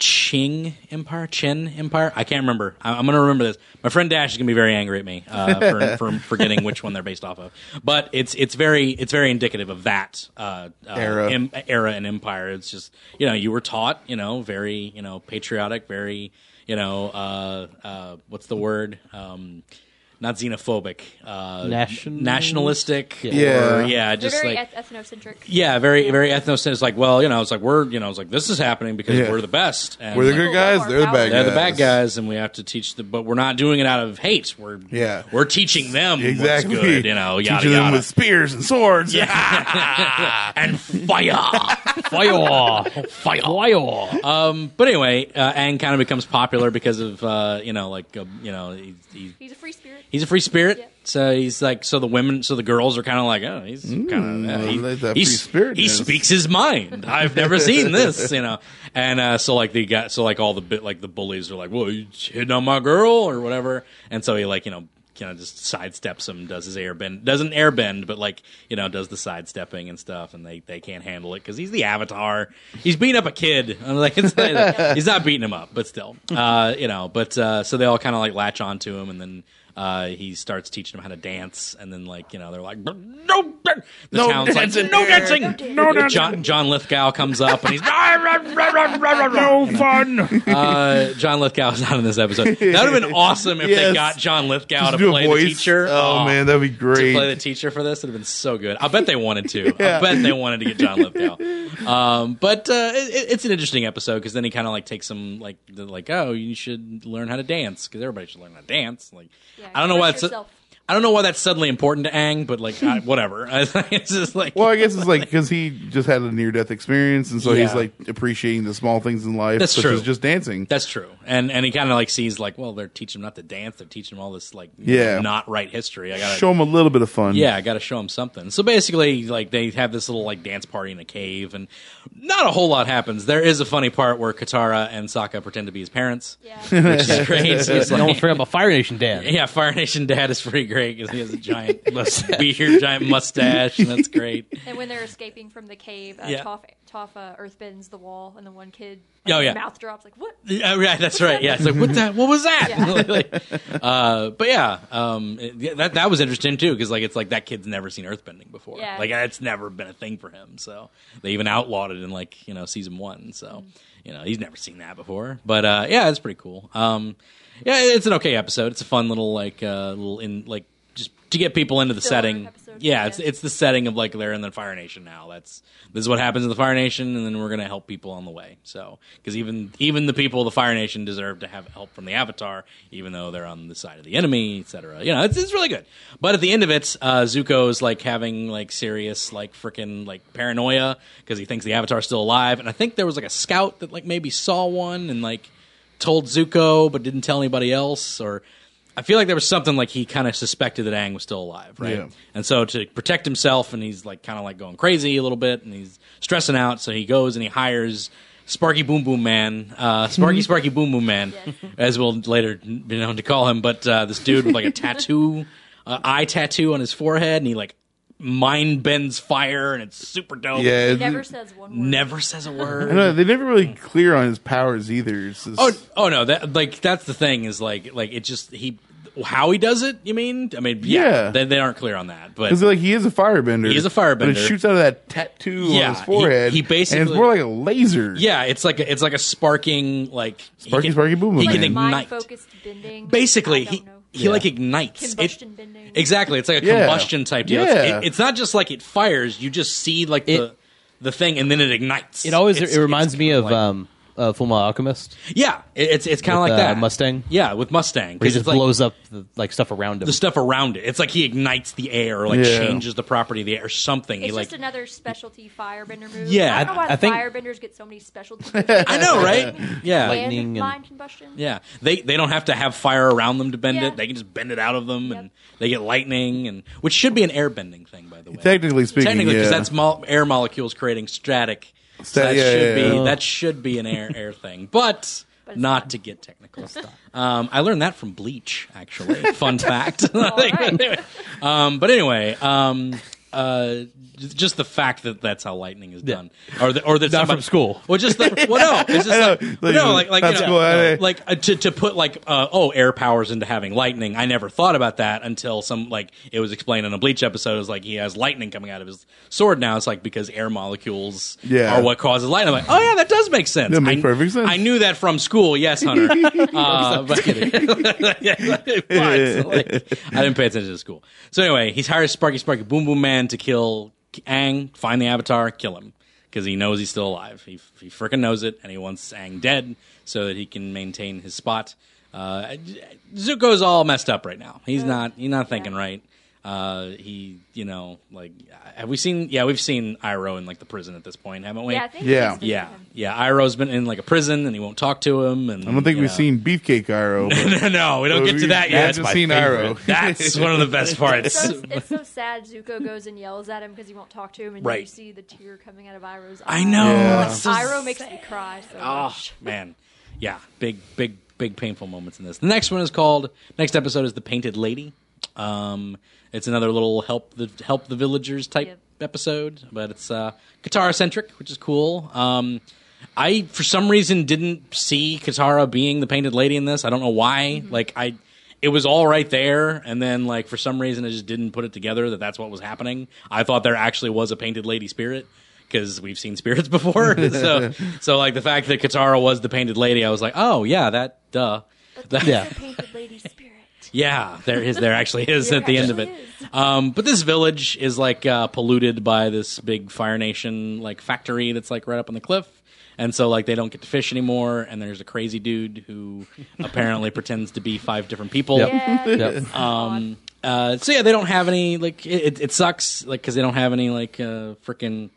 Qing Empire, Qin Empire. I can't remember. I, I'm going to remember this. My friend Dash is going to be very angry at me
(laughs)
uh, for, for forgetting which one they're based off of. But it's it's very it's very indicative of that uh, uh,
Era.
em- era and empire. It's just you know you were taught you know very you know patriotic, very you know uh, uh, what's the word. Um, not xenophobic, uh,
National-
nationalistic,
Yeah.
or, yeah,
They're
just
very
like
eth- ethnocentric.
yeah, very very ethnocentric. It's like, well, you know, it's like we're you know, it's like this is happening because
Yeah.
we're the best. And
We're the
like,
good guys. They're the bad guys.
they're the bad guys, and we have to teach the. But we're not doing it out of hate. We're
Yeah.
we're teaching them
Exactly.
what's good, you know, yada
Teaching them
yada,
with spears and swords. (laughs)
(laughs) and fire,
Fire, fire, fire.
Um, (laughs) but anyway, uh, Aang kind of becomes popular because of uh, you know, like uh, you know, he, he,
He's a free spirit.
he's a free spirit.
Yeah.
So he's like, so the women, so the girls are kind of like, oh, he's kind of
Mm, I
he,
like that
he
free
s-
spirit
he
is.
speaks his mind. I've never seen this, you know. And uh, so like the guy, so like all the bit, like the bullies are like, well, you hitting on my girl or whatever. And so he like you know. Kind of just sidesteps him, does his airbend, doesn't airbend, but like you know, does the sidestepping and stuff, and they they can't handle it because he's the avatar. He's beating up a kid. (laughs) I'm like, it's not, he's not beating him up, but still, uh, you know. But uh, so they all kind of like latch onto him, and then uh, he starts teaching them how to dance, and then like you know they're like no, the
No
town's like,
dancing.
no dancing,
No dancing.
no dancing. John John Lithgow comes up and he's
no fun.
uh, John Lithgow's not in this episode. That would have
(laughs)
been awesome if they
Yes.
got John Lithgow to
Do
play
a
the
voice.
teacher.
Oh, man, that'd be
to play
great.
the teacher for this would have been so good. I bet they wanted
(laughs)
to. I bet they wanted to get John Lithgow. Um, but uh, it, it- it's an interesting episode because then he kind of like takes some like the, like oh you should learn how to dance because everybody should learn how to dance. Like
Yeah,
I don't know why
express
it's
yourself.
I don't know why that's suddenly important to Ang, but like I, whatever. (laughs) it's just like
Well, I guess it's like because he just had a near death experience, and so he's
Yeah.
like appreciating the small things in life,
That's
such
true.
as just dancing.
That's true, and and he kind of like sees like, well, they're teaching him not to dance. They're teaching him all this like,
Yeah.
not right history. I gotta
Show him a little bit of fun.
yeah, I gotta show him something. So basically, like they have this little like dance party in a cave, and not a whole lot happens. There is a funny part where Katara and Sokka pretend to be his parents, (laughs)
Yeah.
which
(laughs)
is great. He's
no
like-
one's forgot about Fire Nation Dan.
(laughs) yeah, Fire Nation Dad is pretty great because he has a
(laughs)
giant beard, giant mustache, and that's great.
and when they're escaping from the cave, uh,
Yeah.
Toph, Toph uh, earthbends the wall, and the one kid
Oh, yeah.
mouth drops like what?
(laughs) Yeah, right, that's right. Yeah, it's like what the what was that?
Yeah.
(laughs) Like, uh, but yeah, um, it- yeah, that that was interesting too because like it's like that kid's never seen earthbending before.
Yeah.
Like it's never been a thing for him. So they even outlawed it in like you know season one.
Mm.
So you know he's never seen that before. But uh, yeah, it's pretty cool. Um, yeah, it's an okay episode. It's a fun little like uh, little in like just to get people into the
Filler
setting.
episode,
Yeah,
yeah.
it's it's the setting of like they're in the Fire Nation now. That's this is what happens in the Fire Nation, and then we're gonna help people on the way. So because even even the people of the Fire Nation deserve to have help from the Avatar, even though they're on the side of the enemy, etc. You know, it's it's really good. But at the end of it, uh, Zuko's like having like serious like freaking like paranoia because he thinks the Avatar's still alive, and I think there was like a scout that like maybe saw one and like told Zuko but didn't tell anybody else or I feel like there was something like he kind of suspected that Aang was still alive, right?
Yeah.
And so to protect himself and he's like kind of like going crazy a little bit and he's stressing out so he goes and he hires Sparky Boom Boom Man, uh, Sparky Sparky Boom Boom Man, as we'll later be known to call him, but uh, this dude with like a tattoo, uh, eye tattoo on his forehead and he like mind bends fire and it's super dope.
yeah.
He
it-
never says one word.
Never says a word.
I know, they never really clear on his powers either. It's just-
Oh, oh no! That like that's the thing is like like it just he how he does it. You mean? I mean, yeah,
Yeah.
They, they aren't clear on that, but
Because like he is a firebender.
He is a firebender.
But it shoots out of that tattoo
Yeah,
on his
he-
forehead.
he
and
basically-
it's more like a laser.
yeah, it's like a, it's like a sparking like he
Sparky, sparky, boom,
He
boom,
can
man.
ignite.
Mind focused bending.
Basically,
I don't
he
know.
he like ignites It-
Combustion bending.
Exactly, it's like a
Yeah.
combustion type deal. It's-
Yeah.
It, it's not just like it fires. You just see like the
It-
the thing, and then it ignites.
It always
It's-
it reminds
it's
me
kinda
of
like-
um, uh, Full Metal Alchemist.
yeah, it, it's it's kind of
with,
like
uh,
that
Mustang?
Yeah, with Mustang,
Where he
'cause
just
it's like-
blows up the, like stuff around him.
the stuff around it. It's like he ignites the air, or like
Yeah.
changes the property of the air, or something. he
It's
like
just another specialty firebender move.
Yeah,
I don't know
I
why the
think-
firebenders get so many specialty. moves.
(laughs) I know,
(laughs)
right? Yeah.
Lightning
and
and-
mind combustion.
yeah. They they don't have to have fire around them to bend
Yeah.
it. They can just bend it out of them, and
Yep.
they get lightning, and which should be an air bending thing, by the way.
Technically speaking,
Technically,
yeah.
because that's mo- air molecules creating static. So
Sta-
that
yeah,
should
yeah,
be
yeah.
that should be an air air thing, but.
But it's
not to get technical. Um, I learned that from Bleach, actually. Fun
(laughs)
fact.
right.
(laughs) Anyway. um, but anyway, um, uh, j- just the fact that that's how lightning is done, or the, or that
Not
somebody-
from school.
Well, just the, well, no, it's just
(laughs)
like,
Like,
no, like like you
that's
know,
cool, I-
like uh, to to put like uh, oh air powers into having lightning. I never thought about that until some like it was explained in a Bleach episode. It was like he has lightning coming out of his sword now. It's like because air molecules
Yeah.
are what causes lightning. I'm like oh yeah, that does make sense.
That makes
I,
perfect sense.
I knew that from school. Yes, Hunter.
(laughs)
uh, but, (laughs) But, like, I didn't pay attention to school. So anyway, he's hires Sparky Sparky Boom Boom Man to kill Aang, find the Avatar, kill him because he knows he's still alive. He he freaking knows it, and he wants Aang dead so that he can maintain his spot. Uh, Zuko's all messed up right now. He's not he's not thinking right. Uh, he you know like have we seen? Yeah, we've seen Iroh in like the prison at this point, haven't we?
Yeah, I think
Yeah.
it's
Yeah,
him.
yeah. Iroh's been in like a prison, and he won't talk to him. And
I don't think
you
we've
know.
seen Beefcake Iroh. but-
(laughs) no, we don't get to that
Yeah,
yet.
I've just seen Iroh.
That's one of the best parts.
So it's, it's
(laughs)
so sad. Zuko goes and yells at him because he won't talk to him, and
Right.
you see the tear coming out of Iroh's eye.
I know.
Yeah.
it's so
Iroh makes me cry. So
Oh
much.
(laughs) man, yeah, big, big, big painful moments in this. The next one is called. Next episode is the Painted Lady. Um, it's another little help the help the villagers type
Yep.
episode, but it's uh, Katara centric, which is cool. Um, I for some reason didn't see Katara being the Painted Lady in this. I don't know why. Like I. It was all right there, and then like for some reason I just didn't put it together that that's what was happening. I thought there actually was a painted lady spirit, because we've seen spirits (laughs) before. so, so like the fact that Katara was the painted lady, I was like, oh yeah, that duh. That-
Yeah.
The painted lady spirit.
yeah, there is. There actually is
There
at the end of it.
actually is.
Um, but this village is like uh, polluted by this big Fire Nation like factory that's like right up on the cliff, and so like they don't get to fish anymore. And there's a
(laughs)
crazy dude who apparently pretends to be five different people.
Yep.
(laughs)
(laughs) Yeah.
(laughs) Yep.
it's odd.
Um, Uh, so yeah, they don't have any like it. it- It sucks like because they don't have any like uh, freaking.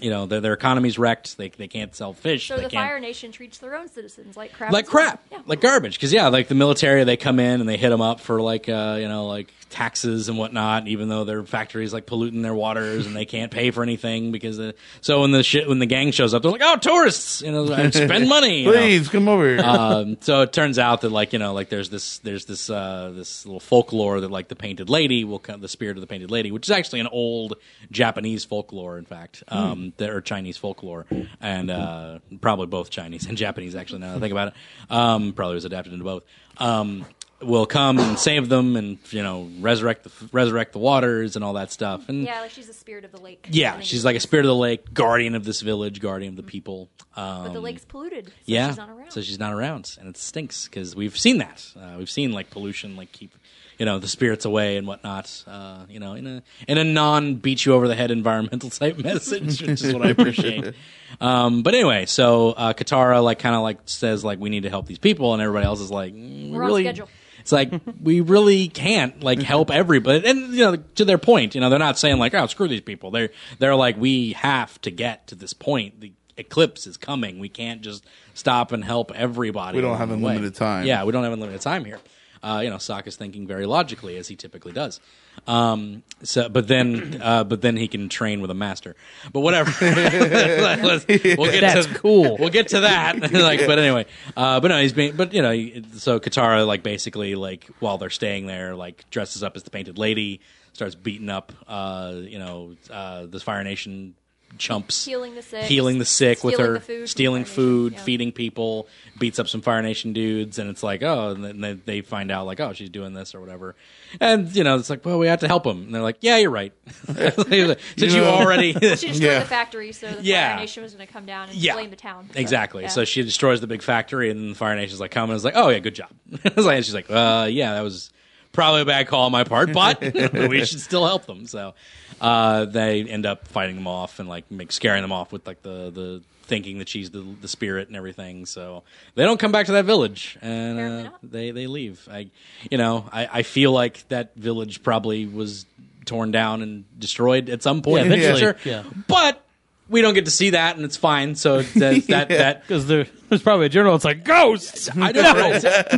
You know their their economy's wrecked. They they can't sell fish.
So
they
the
can't,
Fire Nation treats their own citizens like crap.
like
as well.
crap,
Yeah.
like garbage. Because yeah, like the military, they come in and they hit them up for like uh, you know like taxes and whatnot. Even though their factories like polluting their waters and they can't pay for anything because the, so when the shit when the gang shows up, they're like, oh tourists, you know, spend money, you know?
Please come over here.
um, so it turns out that like you know like there's this there's this uh, this little folklore that like the painted lady will come the spirit of the painted lady which is actually an old Japanese folklore in fact um, that, or Chinese folklore and uh, probably both Chinese and Japanese actually now that I think about it um, probably was adapted into both um, will come and save them and you know resurrect the resurrect the waters and all that stuff and
Yeah, like she's the spirit of the lake. I
mm. yeah,
think.
she's like a spirit of the lake guardian of this village guardian of the people um,
But the lake's polluted. So
yeah,
She's not around.
so she's not around, and it stinks because we've seen that. Uh, we've seen like pollution, like keep you know the spirits away and whatnot. Uh, you know, in a in a non beat you over the head environmental type (laughs) message, which is what I appreciate. um, but anyway, so uh, Katara like kind of like says like we need to help these people, and everybody else is like mm, we
We're on
really.
schedule.
(laughs) It's like we really can't like
(laughs)
help everybody, and you know to their point, you know they're not saying like oh screw these people. They're they're like we have to get to this point. The eclipse is coming. We can't just stop and help everybody.
We don't
along
have
the
unlimited
way.
time.
Yeah, we don't have unlimited time here. Uh, you know, Sokka's thinking very logically as he typically does. Um, so, but then, (clears throat) uh, but then he can train with a master. But whatever, (laughs) Let's- we'll get
That's
to,
cool.
We'll get to that. (laughs) like, but anyway, uh, but no, he's being, but you know, he- so Katara like basically like while they're staying there, like dresses up as the Painted Lady, starts beating up, uh, you know, uh, the Fire Nation chumps,
Healing the sick.
healing the sick with
Stealing
her
the food from
stealing
Fire Nation,
food,
yeah.
feeding people, beats up some Fire Nation dudes, and it's like, oh, and then they- they find out like, oh, she's doing this or whatever, and you know, it's like, well, we have to help them, and they're like, yeah, you're right, (laughs) since you
know-
already,
(laughs) She destroyed
Yeah.
the factory, so the
Yeah.
Fire Nation was going to come down and
yeah,
blame the town. So,
exactly.
yeah.
So she destroys the big factory, and the Fire Nation's like, come, and it's like, oh yeah, good job. (laughs) It's like- and she's like, uh, yeah, that was. Probably a bad call on my part, but
(laughs)
(laughs) we should still help them. So uh, they end up fighting them off and like make, scaring them off with like the, the thinking that she's the, the spirit and everything. So they don't come back to that village, and
Apparently
uh,
not.
they they leave. I, you know, I, I feel like that village probably was torn down and destroyed at some point.
Yeah,
in the
eventually,
future.
yeah.
But we don't get to see that, and it's fine.
(laughs)
So that that, that
Because there, there's probably a journal. It's like ghosts.
I don't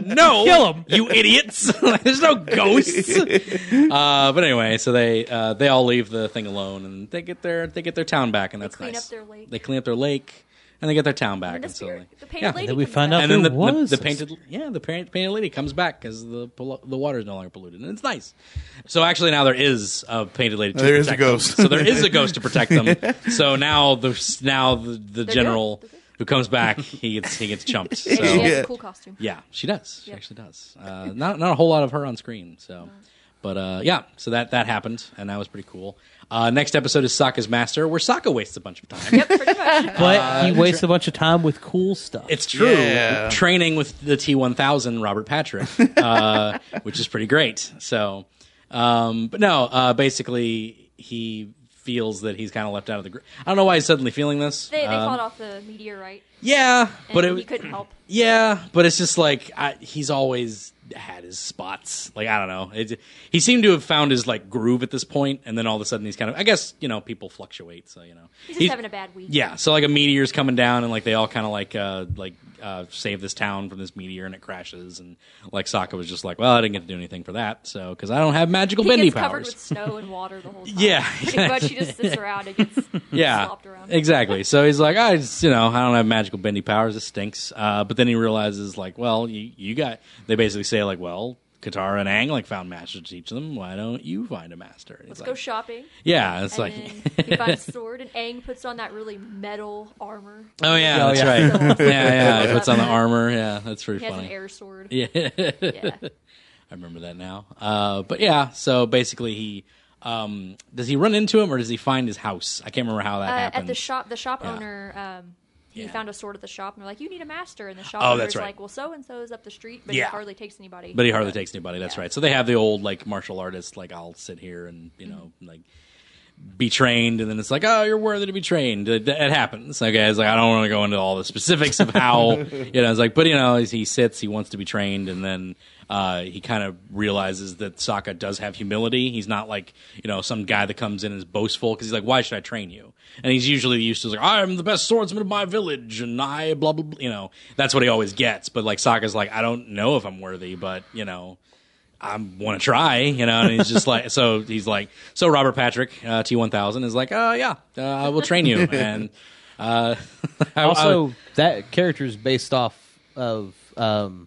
know. (laughs) No,
Kill 'em.
you idiots! (laughs) Like, There's no
(laughs)
ghosts. uh, but anyway, so they uh, they all leave the thing alone, and they get their they get their town back, and that's
clean
nice.
up their lake.
They clean up their lake, and they get their town back,
And the,
and so
spirit,
like-
the painted
yeah.
lady.
then we
comes
find
back.
out
and then the,
Who
the,
was
the
this?
painted yeah the paint, painted lady comes back because the pol- the water is no longer polluted and it's nice. So actually now there is a painted lady. To
There is a
protect them.
ghost.
so there is a ghost to protect
(laughs)
them. So now the now the, the general
good. They're good.
who comes back he gets he gets chumped. So.
And she has
(laughs) Yeah.
a cool costume.
(laughs) Yeah, she does. She
Yeah. Uh-huh.
actually does. Uh, not not a whole lot of her on screen. So, but uh, yeah, so that that happened, and that was pretty cool. Uh, next episode is Sokka's Master, where Sokka wastes a bunch of time.
Yep, pretty
(laughs)
much.
But he wastes a bunch of time with cool stuff.
It's true.
Yeah.
Training with the T1000 Robert Patrick, uh, which is pretty great. So, um, but no, uh, basically he feels that he's kind of left out of the group. I don't know why he's suddenly feeling this.
They, they
Um,
fought off the meteorite,
yeah,
and
but it,
he couldn't help.
Yeah, but it's just like I, he's always had his spots. Like I don't know, it, he seemed to have found his like groove at this point, and then all of a sudden he's kind of. I guess you know people fluctuate, so you know
He's just having a bad week.
yeah, so like a meteor's coming down, and like they all kind of like uh like uh save this town from this meteor, and it crashes, and like Sokka was just like, well, I didn't get to do anything for that, so because I don't have magical
He
bendy
gets
powers.
covered with snow and water the
(laughs)
whole time.
Yeah.
pretty much. He just sits around
(laughs)
and gets
yeah,
slopped around.
exactly. So he's like, I just, you know, I don't have magical bendy powers. This stinks. Uh, but then he realizes, like, well, you, you got. They basically say, like, well, Katara and Aang like found masters to teach them. Why don't you find a master? And
Let's
he's
go
like-
shopping.
yeah, it's
And
like,
then he finds a sword, and Aang puts on that really metal armor.
(laughs) oh yeah,
Oh,
that's
yeah. (laughs)
right.
So-
yeah, yeah. He puts on the
Yeah.
armor. Yeah, that's pretty
He has
funny.
an air sword.
(laughs) yeah.
Yeah. Uh,
I remember that now. Uh, but yeah, so basically he um, does he run into him or does he find his house? I can't remember how that
Uh,
happened.
at the shop, the shop
Yeah.
owner. Um, he
Yeah.
found a sword at the shop, and they're like, "You need a master." And the shop
Oh,
owner's
that's right.
like, "Well, so and so is up the street, but
Yeah.
he hardly takes anybody."
But he hardly takes anybody. That's
Yeah. Mm-hmm.
right. So they have the old like martial artist like I'll sit here and you know like be trained, and then it's like, oh, you're worthy to be trained. It, it happens. Okay, it's like I don't want to go into all the specifics of how you know. It's like, but you know, he sits, he wants to be trained, and then uh, he kind of realizes that Sokka does have humility. He's not like you know some guy that comes in and is boastful because he's like, why should I train you? And he's usually used to like, I'm the best swordsman of my village, and I blah blah. blah. You know, that's what he always gets. But like Sokka's like, I don't know if I'm worthy, but you know. I want to try, you know, and he's just like, (laughs) so he's like, so Robert Patrick, uh, T1000 is like, oh yeah, uh, I will train you. And, uh, I- I-
Also, that character is based off of um,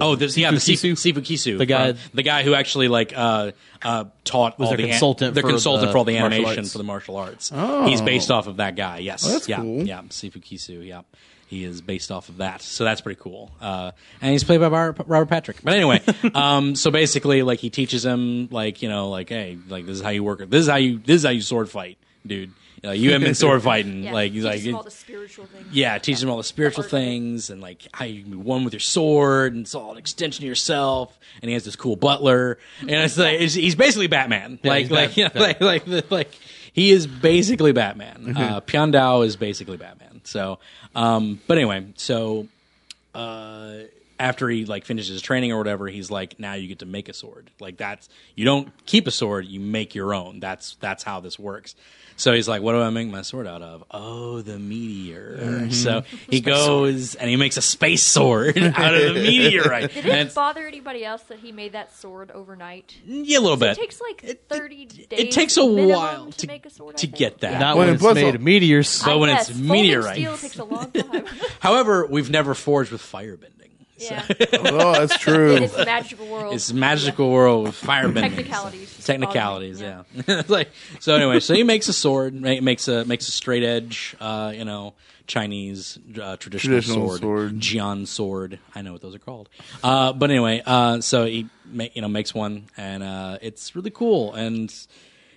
oh, this, yeah, the Sifu,
Sifu Kisu?
Sifu Kisu,
The guy-
from- the guy who actually like, uh, uh, taught all
their
the, an-
consultant
the
for
consultant
the
for all the
martial
animation
arts. Oh.
for the martial arts. He's based off of that guy. Yes.
that's
yeah.
cool.
Yeah. Sifu Kisu. Yeah. He is based off of that. So that's pretty cool. Uh, and he's played by Bar- Robert Patrick. But
(laughs)
anyway, um, so basically like he teaches him like, you know, like, Hey, like this is how you work. This is how you, this is how you sword fight, dude. Uh, you
(laughs)
haven't been sword fighting.
Yeah,
like he's
teaches
like,
them all the spiritual things.
yeah, it teaches them all the spiritual
Art of it.
things and like how you can be one with your sword, and it's all an extension of yourself. And he has this cool butler, and it's like it's, he's basically Batman. like,
he's
like,
Bat- Mm-hmm.
you know, like, (laughs) like, the- like, he is basically Batman. Uh, Pion Dao is basically Batman. So, um, but anyway, so uh, after he like finishes his training or whatever, he's like, now you get to make a sword. Like that's you don't keep a sword, you make your own. That's that's how this works. So he's like, what do I make my sword out of? Oh, the meteor. So he goes and he makes a space sword (laughs) out of the
(laughs)
meteorite.
Did
And
it
it's-
bother anybody else that he made that sword overnight?
yeah, a little bit.
It takes like thirty days.
It takes a
minimum
while
to
to,
make a sword. I
to
think.
get that.
not
Well,
when
and
it's
plus-
made of meteors.
But
I
when
guess.
it's
Folding
meteorite-
steel takes
(laughs)
a long time.
However, we've never forged with firebending. So
yeah,
Oh, that's
(laughs)
true.
it's a magical world.
it's magical world with firebending.
Technicalities. just
technicalities
bother
yeah, (laughs) It's like so anyway so he makes a sword ma- makes a makes a straight edge uh you know chinese uh, traditional,
Traditional
sword,
sword.
jian sword i know what those are called uh but anyway uh so he ma- you know makes one and uh it's really cool and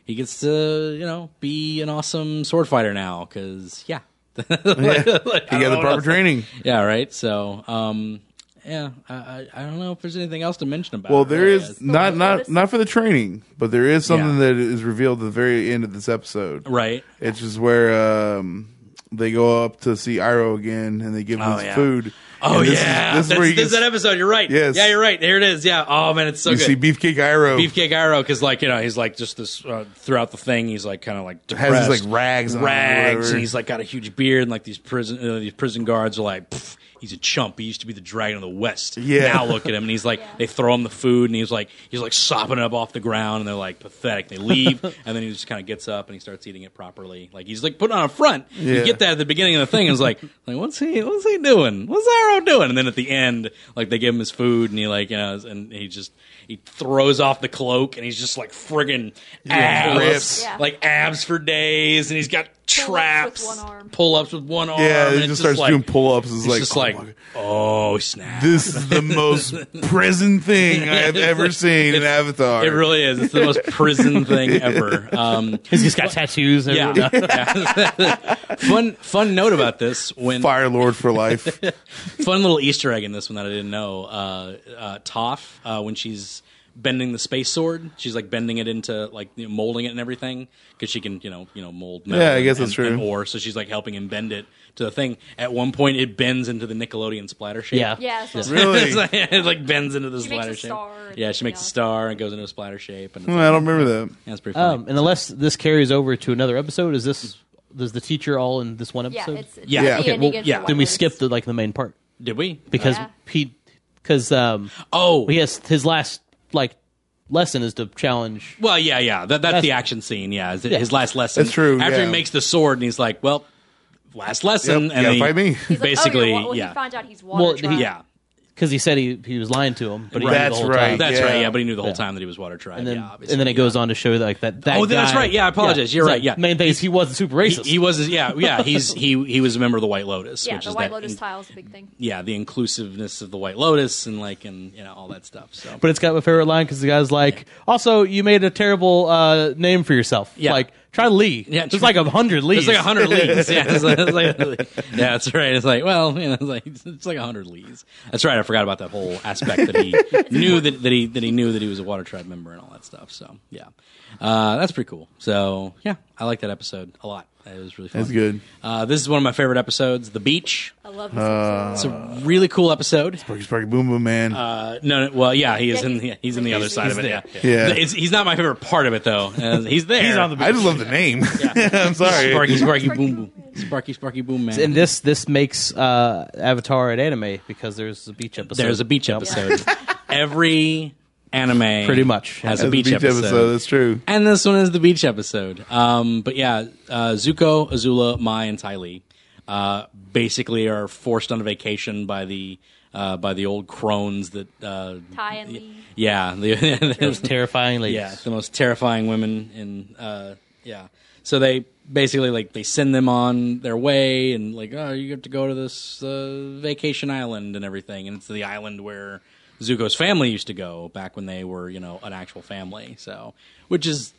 he gets to you know be an awesome sword fighter now because yeah (laughs)
he got the proper training.
yeah right so um yeah, I, I I don't know if there's anything else to mention about.
Well,
it,
there
really.
is not not not for the training, but there is something
Yeah.
that is revealed at the very end of this episode.
right.
It's just where um, they go up to see Iroh again, and they give him
Oh,
his
yeah.
food.
Oh
And this is-
yeah,
this is
That's-
where you,
this is
get-
that episode. You're right.
Yes.
Yeah, you're right. There it is. Yeah. Oh man, it's so
you
good.
see Beefcake Iroh
Beefcake Iroh, because like you know he's like just this uh, throughout the thing he's like kind of like
Has his,
depressed,
like, rags on or
rags,
whatever.
and he's like got a huge beard, and like these prison uh, these prison guards are like. "Pff, He's a chump. He used to be the dragon of the west.
Yeah.
Now look at him, and he's like, they throw him the food, and he's like, he's like sopping it up off the ground, and they're like pathetic. They
(laughs)
leave, and then he just kind of gets up and he starts eating it properly. Like he's like putting on a front.
Yeah.
You get that at the beginning of the thing. It's like, like what's he, what's he doing? What's Arrow doing? And then at the end, like they give him his food, and he like, you know, and he just he throws off the cloak, and he's just like friggin' abs,
rips.
Yeah.
like abs for days, and he's got traps,
with one arm.
pull ups with one arm.
Yeah,
and
he
it's
just, starts
oh, like,
doing pull ups. It's
It's
like,
just
oh
like,
my God,
oh snap!
this is
(laughs)
the most prison thing I have ever seen in
It's-
Avatar.
It really is. It's the
(laughs)
most prison thing ever. Um,
He's just got (laughs) tattoos.
(laughs)
And
yeah. yeah. (laughs) fun fun note about this when
Fire Lord
(laughs)
for life.
fun little Easter egg in this one that I didn't know. Uh, uh, Toph, uh, when she's bending the space sword, she's like bending it into like you know, molding it and everything because she can, you know, you know, mold. Metal
Yeah, I
and-
guess that's
and- and
true.
ore, so she's like helping him bend it to the thing. At one point, it bends into the Nickelodeon splatter shape. (laughs)
Yeah.
Yeah, it's like-
Really?
It's like- it like bends into the
She makes
splatter
a
shape.
star and-
yeah, she makes a
yeah.
star and goes into a splatter shape, and it's
I
like,
don't remember that.
that's pretty funny.
Um, and unless this carries over to another episode, is this does the teacher all in this one
yeah,
episode?
it's, it's
Yeah.
the
Yeah, okay,
ending
well,
and
yeah.
the
then we
white
skip
words.
the like the main part
Did we?
because
Yeah. "Oh,
he because um
Oh,
he has his last like lesson is to challenge.
Well, yeah, yeah. That, that's, the action scene. Yeah, is it- his last lesson.
That's true,
After
yeah.
he makes the sword, and he's like, "Well, last lesson."
Yep,
and
yeah,
he-
fight me.
He's like,
Basically,
oh, you're wa- when
yeah,
You find out he's water
Well, he-
tribe.
yeah.
because he said he, he was lying to him, but he knew
That's
the whole
right.
Time.
That's
Yeah.
right. Yeah, but he knew the whole
Yeah.
time that he was water tribe.
and then,
yeah, obviously.
and then it goes on to show like that. that
Oh, that's
guy-
right. Yeah, I apologize. You're
It's
right.
like,
Yeah.
main thing is he wasn't super racist.
he, he was. Yeah, yeah. He's he he was a member of the White Lotus.
yeah.
which
The
is
white
that,
lotus tile is a big thing.
Yeah, the inclusiveness of the White Lotus and like and you know all that stuff. So.
but it's got my favorite line because the guy's like, "Also, you made a terrible uh, name for yourself.
Yeah.
Like Try Lee.
Yeah,
there's
try-
like a hundred Lees.
It's like a hundred leagues. Yeah, it's like, it's like- (laughs) yeah, that's right. It's like well, you know, it's like it's like a hundred leagues. That's right. I forgot about that whole aspect that (laughs) he knew that, that he that he knew that he was a water tribe member and all that stuff. So yeah, uh, that's pretty cool. So yeah, I like that episode a lot. It was really fun.
That's good.
Uh, this is one of my favorite episodes. The beach.
I love this episode.
It's a really cool episode.
Sparky, Sparky, Boom Boom Man.
Uh, no, no, well, yeah, he is
Yeah,
in. The, he's in the other
he's-
side of
he's
it. Yeah,
there. Yeah.
It's, he's not my favorite part of it though. Uh, (laughs) he's there.
He's on the
I just love the name. (laughs) I'm sorry.
Sparky, Sparky, boom, boom, Sparky, Sparky, boom, man.
And this this makes uh, Avatar an anime because there's a beach episode.
There's a beach
Yep.
episode.
(laughs)
Every anime
Pretty much.
has
That's
a
a
beach, episode.
That's true.
And this one is the beach episode. Um, but yeah, uh, Zuko, Azula, Mai, and Ty Lee uh, basically are forced on a vacation by the uh, by the old crones that uh,
Ty and Lee.
yeah, (laughs) the,
Terrifyingly.
Yeah, the most terrifying women in uh yeah. So they basically like they send them on their way and like oh you have to go to this uh, vacation island and everything and it's the island where Zuko's family used to go back when they were, you know, an actual family. So, which is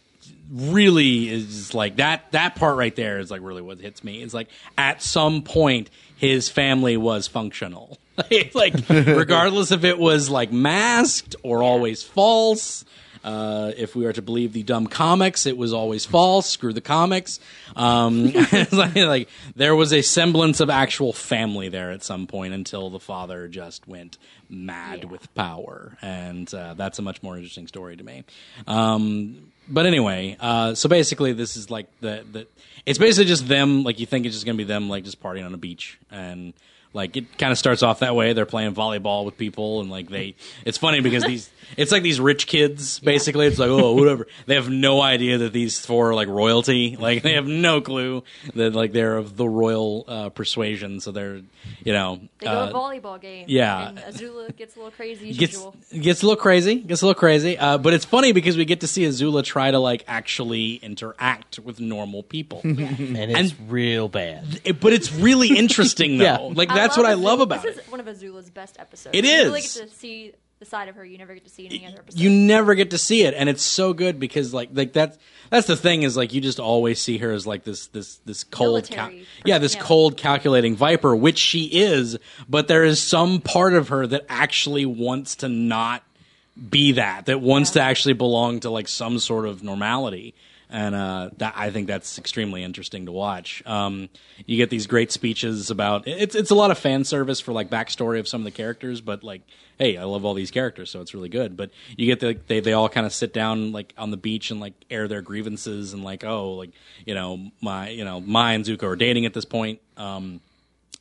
really is like that that part right there is like really what hits me. It's like at some point his family was functional. (laughs) It's like regardless if it was like masked or always false, uh, if we are to believe the dumb comics, it was always false. Screw the comics. Um, (laughs) it's like, like, there was a semblance of actual family there at some point until the father just went mad with power, and uh, that's a much more interesting story to me. Um, but anyway, uh, so basically, this is like the the. It's basically just them. Like you think it's just gonna be them, like just partying on a beach and like it kind of starts off that way they're playing volleyball with people and like they it's funny because these (laughs) it's like these rich kids basically it's like oh whatever (laughs) they have no idea that these four are like royalty (laughs) like they have no clue that like they're of the royal uh, persuasion so they're you know
They go
uh,
to volleyball game.
yeah.
And Azula gets a little crazy as
gets
usual.
gets a little crazy, gets a little crazy. Uh, but it's funny because we get to see Azula try to like actually interact with normal people.
And it's real bad.
It- but it's really interesting though.
Yeah.
Like (laughs) that's what I love
Azula.
about
this
it.
is one of Azula's best episodes.
It
you really
is.
get to see the side of her you never get to see in any other episode.
you never get to see it and it's so good because like like that's that's the thing is like you just always see her as like this this this cold
Military
cal-
person,
yeah this
yeah.
cold calculating viper which she is but there is some part of her that actually wants to not be that that wants to actually belong to like some sort of normality and uh, that I think that's extremely interesting to watch. Um, you get these great speeches about it's it's a lot of fan service for like backstory of some of the characters, but like hey, I love all these characters, so it's really good. But you get the, they they all kind of sit down like on the beach and like air their grievances and like oh like you know my you know my and Zuko are dating at this point. Um,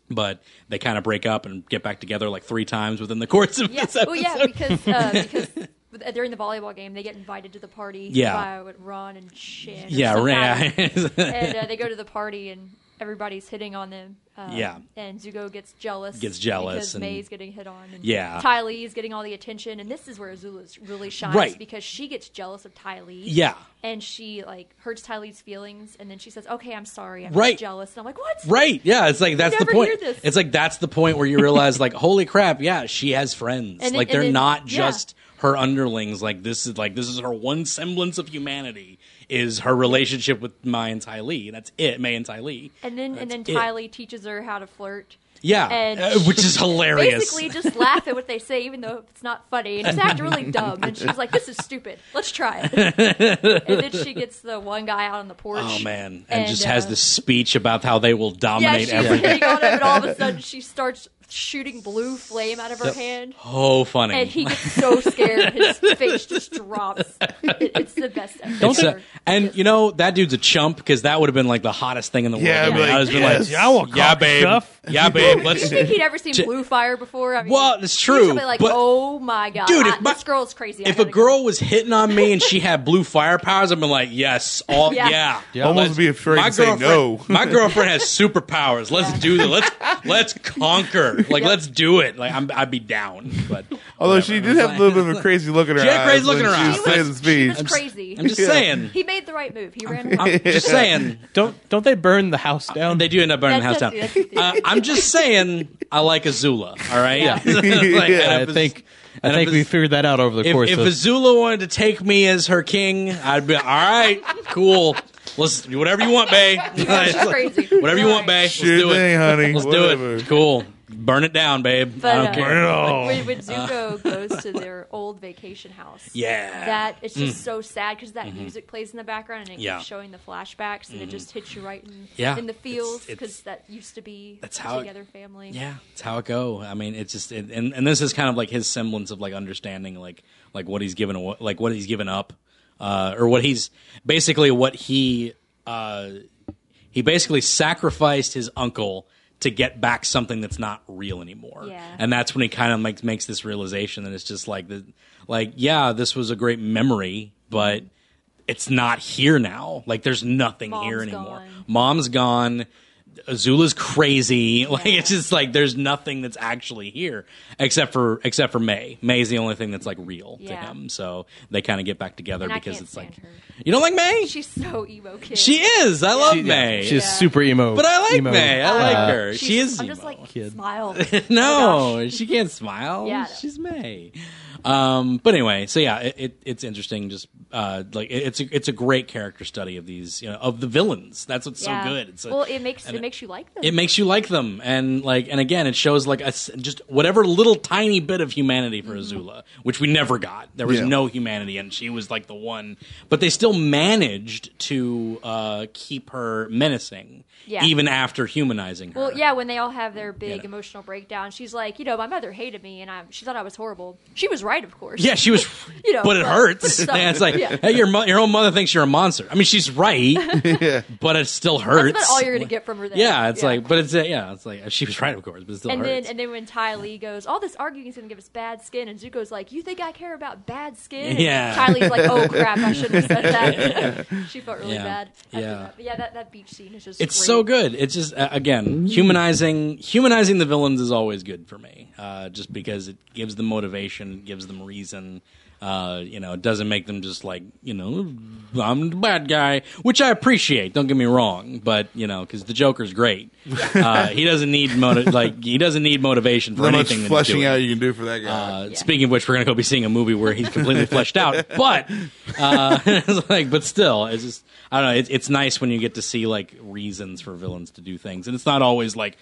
but they kind of break up and get back together like three times within the course of
Yeah.
this
Oh
episode.
yeah, because uh,
(laughs)
because with- during the volleyball game they get invited to the party.
Yeah.
By what, Ron and Shin. or
Yeah, right.
somebody.
(laughs)
and uh, they go to the party and everybody's hitting on them. Uh,
Yeah.
And Zuko gets jealous.
Gets jealous
because
and-
May's getting hit on. And
Yeah.
Ty Lee is getting all the attention, and this is where Azula's really shines
Right.
because she gets jealous of Ty Lee.
Yeah.
And she like hurts Ty Lee's feelings, and then she says, "Okay, I'm sorry. I'm
Right.
just jealous." And I'm like, "What?
Right. Yeah. It's like that's the
never
point.
hear this.
It's like that's the point where you realize, like, holy crap, yeah, she has friends.
And then-
like
and
they're
then-
not
yeah.
just her underlings. Like this is like this is her one semblance of humanity is her relationship with Mai and Ty Lee. That's it, Mai and Ty Lee.
And then and then
That's it.
Ty Lee teaches her how to flirt.
Yeah.
And
uh, which is hilarious.
Basically, just laugh at what they say, even though it's not funny, and just act really dumb. And she's like, "This is stupid. Let's try it." and then she gets the one guy out on the porch.
oh man. And, just
uh,
has this speech about how they will
Yeah,
dominate
she's (laughs)
everything.
hitting on him, and all of a sudden she starts shooting blue flame out of her hand,
Oh funny.
and he gets so scared, his face just drops. It, it's the best episode.
It's a- and you know that dude's a chump because that would have been like the hottest thing in the
Yeah,
world.
I'd be
I
like,
was been
yes.
like,
Yeah, I
want
yeah,
cock
babe,
stuff."
(laughs)
yeah, babe. Let's
you think he'd ever seen blue fire before? I mean,
Well, it's
he's
true,
probably like,
but-
oh my god,
Dude,
I-
if my-
this girl's crazy. I
if a
gotta go."
girl was hitting on me and she had blue fire powers, I'd been like, yes, all yeah.
Yeah.
Almost be afraid to say no.
my girlfriend has superpowers. Let's
Yeah.
do this. Let's let's conquer. Like
Yeah.
let's do it. Like I'm, I'd be down. But
Although she did have a little bit of a crazy look in her
She had
eyes.
crazy look in
when
her
she
eyes.
was saying the
She
speech.
was crazy.
I'm just
Yeah.
saying.
He made the right move. He
(laughs)
ran.
I'm just
(laughs)
saying.
Don't don't they burn the house down?
They do end up burning the house
That's-
down.
that's- that's-
Uh, I'm just saying. I like Azula. All right.
Yeah.
(laughs)
(laughs)
Like, and
I
if-
think I
and if
think we
it's-
figured that
uh,
out over the
If,
course
if
of
Azula wanted to take me as her king, I'd be all right, cool. Let's whatever you want,
(laughs)
Bay. (laughs)
She's crazy.
whatever you want, Bay. Let's
Sure
do
thing,
it.
honey.
Let's
Whatever.
do it. Cool. Burn it down, babe.
But,
I don't
uh,
care.
Burn it all.
When, when Zuko
(laughs)
goes to their old vacation house,
Uh. Yeah. Mm. Mm-hmm.
that it's just so sad because that music plays in the background and it
Yeah. Mm-hmm.
keeps showing the flashbacks and it just hits you right in,
Yeah.
in the feels
It's- it's-
because that used to be
That's
a
how it-
together family.
Yeah, it's how it go. I mean, it's just it, and and this is kind of like his semblance of like understanding like like what he's given awa- like what he's given up uh or what he's basically what he uh he basically sacrificed his uncle to get back something that's not real anymore.
Yeah.
And that's when he kind of makes makes this realization that it's just like the like yeah, this was a great memory, but it's not here now. Like there's nothing here
Mom's
anymore.
gone.
Mom's gone. Azula's crazy. (laughs) Like it's just like there's nothing that's actually here except for except for May. May's the only thing that's like real to
Yeah.
him. So they kind of get back together
And I
because
can't
it's like
stand her.
you don't like May.
She's so emo kid.
She is. I love May.
She's super emo.
but I like
emo.
May. I like
Uh,
her. She
She's-
is.
I'm
emo.
just like
kid.
smile.
no,
Oh my gosh.
she can't smile.
Yeah, I know.
she's May. Um, but anyway, so yeah, it, it, it's interesting. Just uh, like it, it's a, it's a great character study of these you know, of the villains. That's what's (laughs)
Yeah.
so good. It's a,
well, it makes it,
it-
makes you like them.
it makes you like them and like and again it shows like a s just whatever little tiny bit of humanity for
Mm-hmm.
azula which we never got there was
Yeah.
no humanity and she was like the one but they still managed to uh, keep her menacing
Yeah.
even after humanizing her
Well, yeah, when they all have their big
Yeah.
emotional breakdown, she's like, you know, my mother hated me, and I, she thought I was horrible. She was right, of course.
yeah, she was,
(laughs) You know,
but it
but-
hurts.
but it sucks.
Yeah, (laughs) it's like,
Yeah.
hey, your mo- your own mother thinks you're a monster. I mean, she's
(laughs)
right, but it still hurts.
That's about all you're gonna get from her. There.
yeah, it's like, but it's uh, yeah, it's like she was right, of course, but it still
and
hurts.
then and then when Ty Lee goes, all this arguing is gonna give us bad skin, and Zuko's like, you think I care about bad skin? And
Yeah.
Ty Lee's like, oh crap, I shouldn't have said
(laughs)
that. she felt really
Yeah.
bad. after
Yeah.
that. But yeah, that, that beach scene is just.
It's
great.
so good. It's just uh, again humanizing humanizing the villains is always good for me, uh, just because it gives them motivation, it gives them reason. Uh, you know, it doesn't make them just like you know I'm the bad guy, which I appreciate. Don't get me wrong, but you know, because the Joker's
(laughs)
great. Uh, he doesn't need moti- like he doesn't need motivation for
Not much
anything. that he's
flushing
doing.
out you can do for that guy.
Uh, Speaking of which, we're gonna go be seeing a movie where he's completely fleshed
(laughs)
out. But uh, (laughs) it's like, but still, it's just I don't know. It's, it's nice when you get to see like reasons for villains to do things, and it's not always like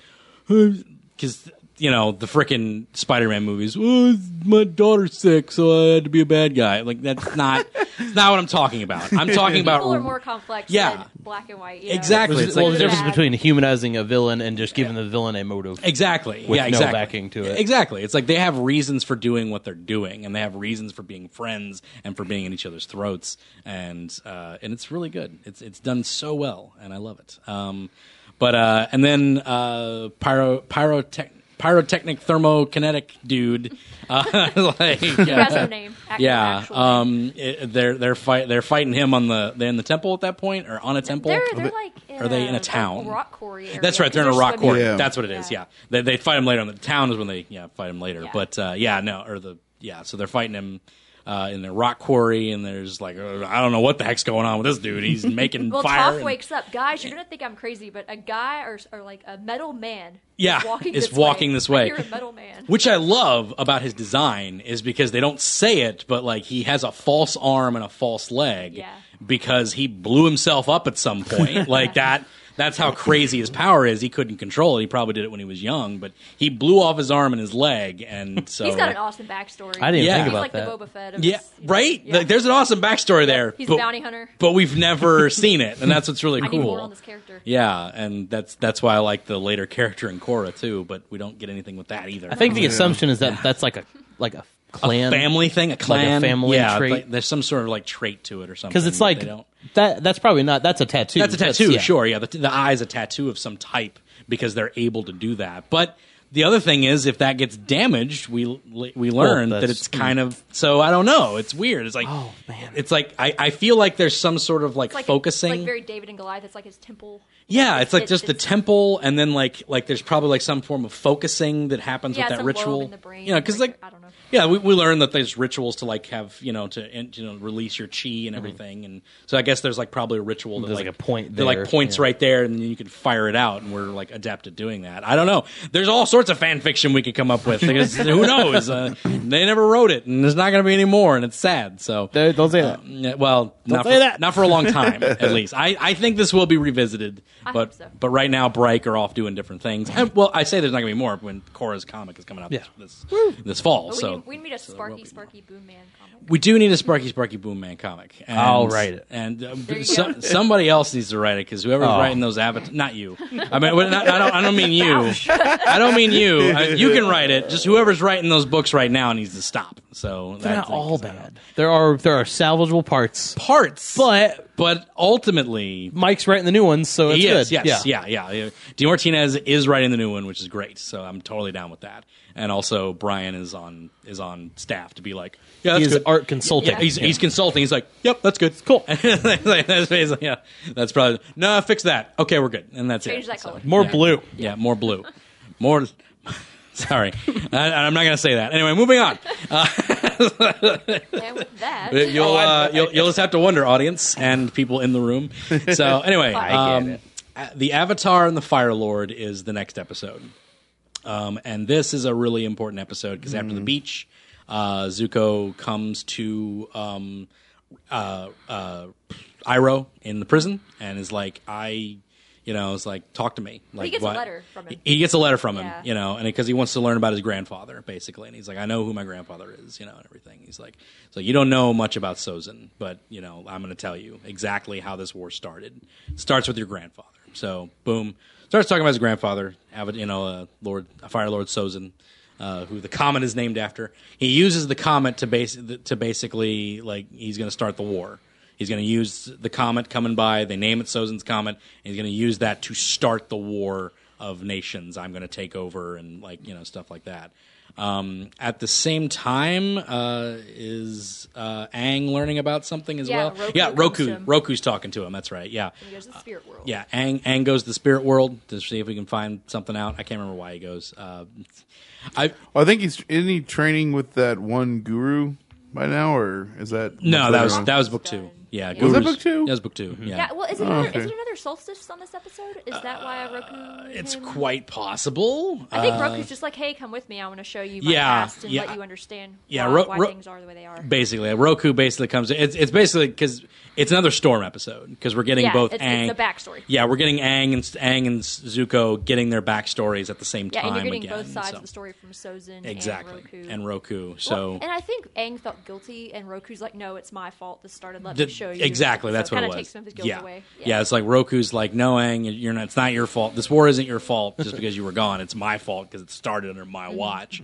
because you know the frickin' Spider-Man movies. Oh, my daughter's sick, so I had to be a bad guy. Like that's not (laughs) it's not what I'm talking about. I'm talking about
People are more complex.
Yeah.
than black and white. you know?
Exactly.
Well,
It's like-
the difference
Bad.
between humanizing a villain and just giving the villain a motive.
Exactly.
With
yeah,
no
exactly.
backing to it.
Exactly. It's like they have reasons for doing what they're doing, and they have reasons for being friends and for being in each other's throats, and uh, and it's really good. It's it's done so well, and I love it. Um, but uh, and then uh, pyro pyrotech. Pyrotechnic thermokinetic dude, uh, (laughs) like
He has no name. Actual,
yeah,
actual name.
um, it- they're they're fight they're fighting him on the they're in the temple at that point or on a temple.
They're, they're like in
are they in a
like,
town?
rock quarry. Area,
That's right. They're in a
'cause
rock
swimming.
quarry.
Yeah.
That's what it is. Yeah,
Yeah.
They, they fight him later on. The town is when they yeah fight him later.
Yeah.
But uh, yeah, no, or the yeah. So they're fighting him uh, in the rock quarry, and there's like uh, I don't know what the heck's going on with this dude. He's making
(laughs) Well,
fire.
Toph
and-
wakes up, guys. You're gonna think I'm crazy, but a guy or, or like a metal man,
Yeah,
is walking
is
this
walking
way. (laughs)
this way.
You're a metal man.
Which I love about his design is because they don't say it, but like he has a false arm and a false leg
Yeah.
because he blew himself up at some
(laughs)
point. like that that's how crazy his power is. He couldn't control it. He probably did it when he was young, but he blew off his arm and his leg and so
(laughs) He's got an awesome backstory.
I didn't
Yeah.
think
He's
about
like
that.
the Boba Fett. Of
yeah,
his-
right.
Yeah.
Like, there's an awesome backstory there.
He's
but,
a bounty hunter.
but we've never (laughs) seen it, and that's what's really
I
cool.
need more on this character.
Yeah, and that's that's why I like the later character in Korra too. But we don't get anything with that either.
I think the assumption is that that's like a like a clan
family thing, a clan,
family
yeah,
trait.
like there's some sort of like trait to it or something.
because it's
that
like
they don't-
that. That's probably not. That's a tattoo.
that's a tattoo,
yeah.
sure, yeah. The, the eye's a tattoo of some type because they're able to do that. But the other thing is, if that gets damaged, we we learn that
Oh, that's-
it's kind of so. I don't know. It's weird. It's like
Oh, man.
it's like I, I feel like there's some sort of like,
It's like
focusing.
It's like very David and Goliath. It's like his temple.
Yeah, it's like
it-
just the
it's-
temple, and then like like there's probably like some form of focusing that happens
Yeah,
with that
some lobe
ritual.
in the brain,
you know, because like
like, I don't know.
Yeah, we, we learned that there's rituals to like have you know to and, you know release your chi and everything, and so I guess there's like probably a ritual that
Mm-hmm. There's, like, a point
that like
there,
points
yeah.
right there, and then you can fire it out, and we're like adept at doing that. I don't know. There's all sorts sorts of fan fiction we could come up with
(laughs)
because who knows? Uh, they never wrote it, and there's not going to be any more, and it's sad. So
Don't don't
Uh,
say that.
yeah, well, not
say
for,
that.
not for a
(laughs)
long time, at least. I, I think this will be revisited,
I
but
hope so.
but right now, Brike are off doing different things. And, well, I say there's not going to be more when Cora's comic is coming out
Yeah.
this this fall.
But
so
we, need, we need a
so there will
Sparky
be
Sparky Boom Man comic.
we do need a Sparky Sparky Boom Man comic. And,
I'll write it.
and uh,
you
so, (laughs)
go.
somebody else needs to write it because whoever's
Oh.
writing those avatars, not you. I mean, well, not, I don't. I don't mean
(laughs)
you. I don't mean you. I- you can write it. Just whoever's writing those books right now needs to stop. So
They're
that's uh,
not all bad. There are there are salvageable parts.
parts,
But
but ultimately.
Mike's writing the new ones, so it's
He
good.
is, yes, yeah, yeah. yeah. Dean Martinez is writing the new one, which is great. So I'm totally down with that. And also, Brian is on is on staff to be like, yeah, that's
He's
good.
an art consultant.
Yeah, he's, he's consulting. He's like, "Yep, that's good. It's cool." (laughs) that's basically- yeah, that's probably no. Fix that. Okay, we're good, and that's
Change
it.
that
So,
color.
More blue.
yeah, more blue, more. (laughs) Sorry, (laughs) I, I'm not going to say that. Anyway, moving on.
And with that,
(laughs) You'll,
Oh,
uh, you'll you'll just have to wonder, audience and people in the
(laughs)
room. So anyway,
I get
um,
it.
a- the Avatar and the Fire Lord is the next episode, um, and this is a really important episode because after
Mm-hmm.
the beach, uh, Zuko comes to um, uh, uh, Iroh in the prison and is like, I. You know, it's like talk to me. Like
gets a
what-
letter from him.
He gets a letter from him.
Yeah.
You know know, and because he wants to learn about his grandfather, basically, and he's like, I know who my grandfather is, you know, and everything. He's like, so you don't know much about Sozin, but you know, I'm going to tell you exactly how this war started. Starts with your grandfather. So boom, starts talking about his grandfather, Avid, you know, uh, Lord Fire Lord Sozin. Uh, who the comet is named after? He uses the comet to base to basically like he's going to start the war. He's going to use the comet coming by. They name it Sozin's comet, and he's going to use that to start the war of nations. I'm going to take over and like you know stuff like that. Um, at the same time, uh, is uh, Aang learning about something as
Yeah,
well?
Roku
yeah,
comes to
Roku.
him.
Roku's talking to him. That's right. Yeah.
he goes to the spirit world.
Yeah, Aang, Aang goes to the spirit world to see if we can find something out. I can't remember why he goes. Uh, I
Oh, I think he's isn't he training with that one guru by now, or is that
no,
much
that
later
was
on?
that was book two. Yeah,
Was
that
Guru's-
book two?
That was book two. Yeah,
Mm-hmm. Yeah, well, is it, another, is it another solstice on this episode? Is that why Roku?
Uh, it's
came?
quite possible. Uh,
I think Roku's just like, hey, come with me. I want to show you my
yeah,
past and
yeah.
let you understand
Yeah,
why,
Ro-
why
Ro-
things are the way they are.
basically Roku basically comes. It's it's basically because it's another storm episode because we're getting
Yeah,
both
it's-
Aang,
it's the backstory.
Yeah, we're getting Aang and Aang and Zuko getting their backstories at the same
yeah,
time
and you're getting
again.
both sides
so-
of the story from Sozin
exactly,
and Roku.
and Roku. So
Well, and I think Aang felt guilty, and Roku's like, "No, it's my fault. This started. Let me
The-
show you."
Exactly,
So
that's what
kinda
it was.
Takes some of his guilt
yeah.
away.
yeah, It's like Roku's like, no, Aang, you're not. It's not your fault. This war isn't your fault just because you were gone. It's my fault because it started under my
Mm-hmm.
watch.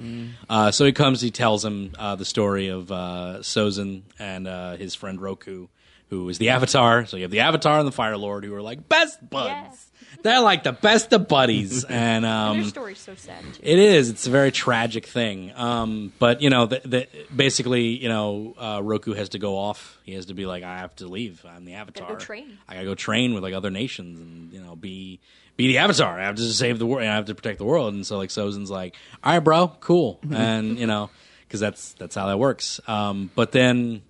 Uh, so he comes. He tells him uh, the story of uh, Sozin and uh, his friend Roku, who is the Avatar. So you have the Avatar and the Fire Lord, who are like best buds. They're like the best of
(laughs)
buddies, and um,
Their story's so sad. Too.
it is. It's a very tragic thing. Um, but you know, the, the, basically, you know, uh, Roku has to go off. He has to be like, I have to leave. I'm the Avatar.
train.
I gotta go train with like other nations and you know be be the Avatar. I have to save the world. and I have to protect the world. And so like Sozin's like, all right, bro, cool. and you know, because that's that's how that works. Um, but then.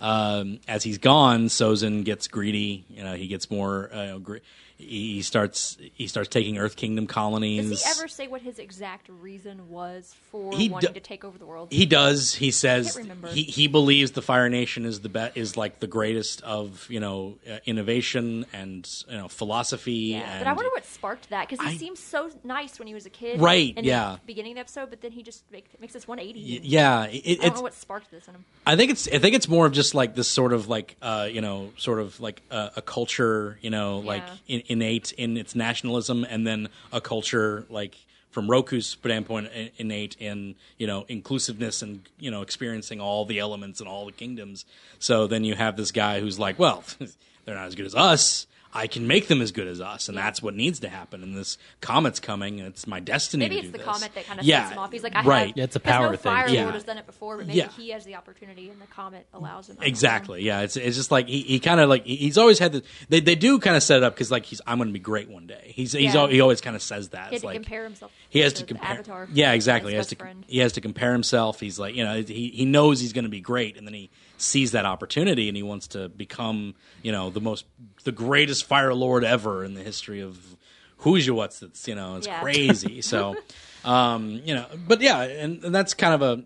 Um, as he's gone, Sozin gets greedy. You know, he gets more. Uh, gre- he he starts. He starts taking Earth Kingdom colonies.
Does he ever say what his exact reason was for
He
wanting
d-
to take over the world?
He does. He says
can't remember.
he, he believes the Fire Nation is the be- is like the greatest of you know uh, innovation and you know philosophy.
yeah.
and
But I wonder what sparked that because he
I-
seemed so nice when he was a kid,
Right,
In
yeah.
the beginning of the episode, but then he just make, makes this 180.
Yeah, it,
I don't
it's.
know what sparked this in him.
I think it's. I think it's more of just like this sort of like uh, you know, sort of like uh, a culture, you know, like in, innate in its nationalism, and then a culture like from Roku's standpoint, i- innate in you know inclusiveness and you know experiencing all the elements and all the kingdoms. So then you have this guy who's like, well, (laughs) they're not as good as us. I can make them as good as us, and that's what needs to happen. And this comet's coming, and it's my destiny.
Maybe
to
it's
do
the
this.
comment that kind of
yeah,
sets him off. He's like, I
right.
have,
Yeah, it's a
'cause
power
no
thing.
Fire
Yeah.
Lord has done it before, but maybe
Yeah.
he has the opportunity, and the comet allows him. I don't know.
Exactly. Yeah. It's it's just like he, he kind of like he- he's always had the they, they do kind of set it up because like he's I'm going to be great one day. He's he's
Yeah.
al- he always kind of says that.
He had
It's
to
like-
compare himself.
He has to,
the
compare.
Avatar.
Yeah, exactly. He
His
has
best
to
friend.
he has to compare himself. He's like you know he he knows he's going to be great, and then he sees that opportunity and he wants to become you know the most the greatest fire lord ever in the history of who's you what's that's you know it's
(laughs) Yeah.
crazy. So Um, you know, but yeah, and, and that's kind of a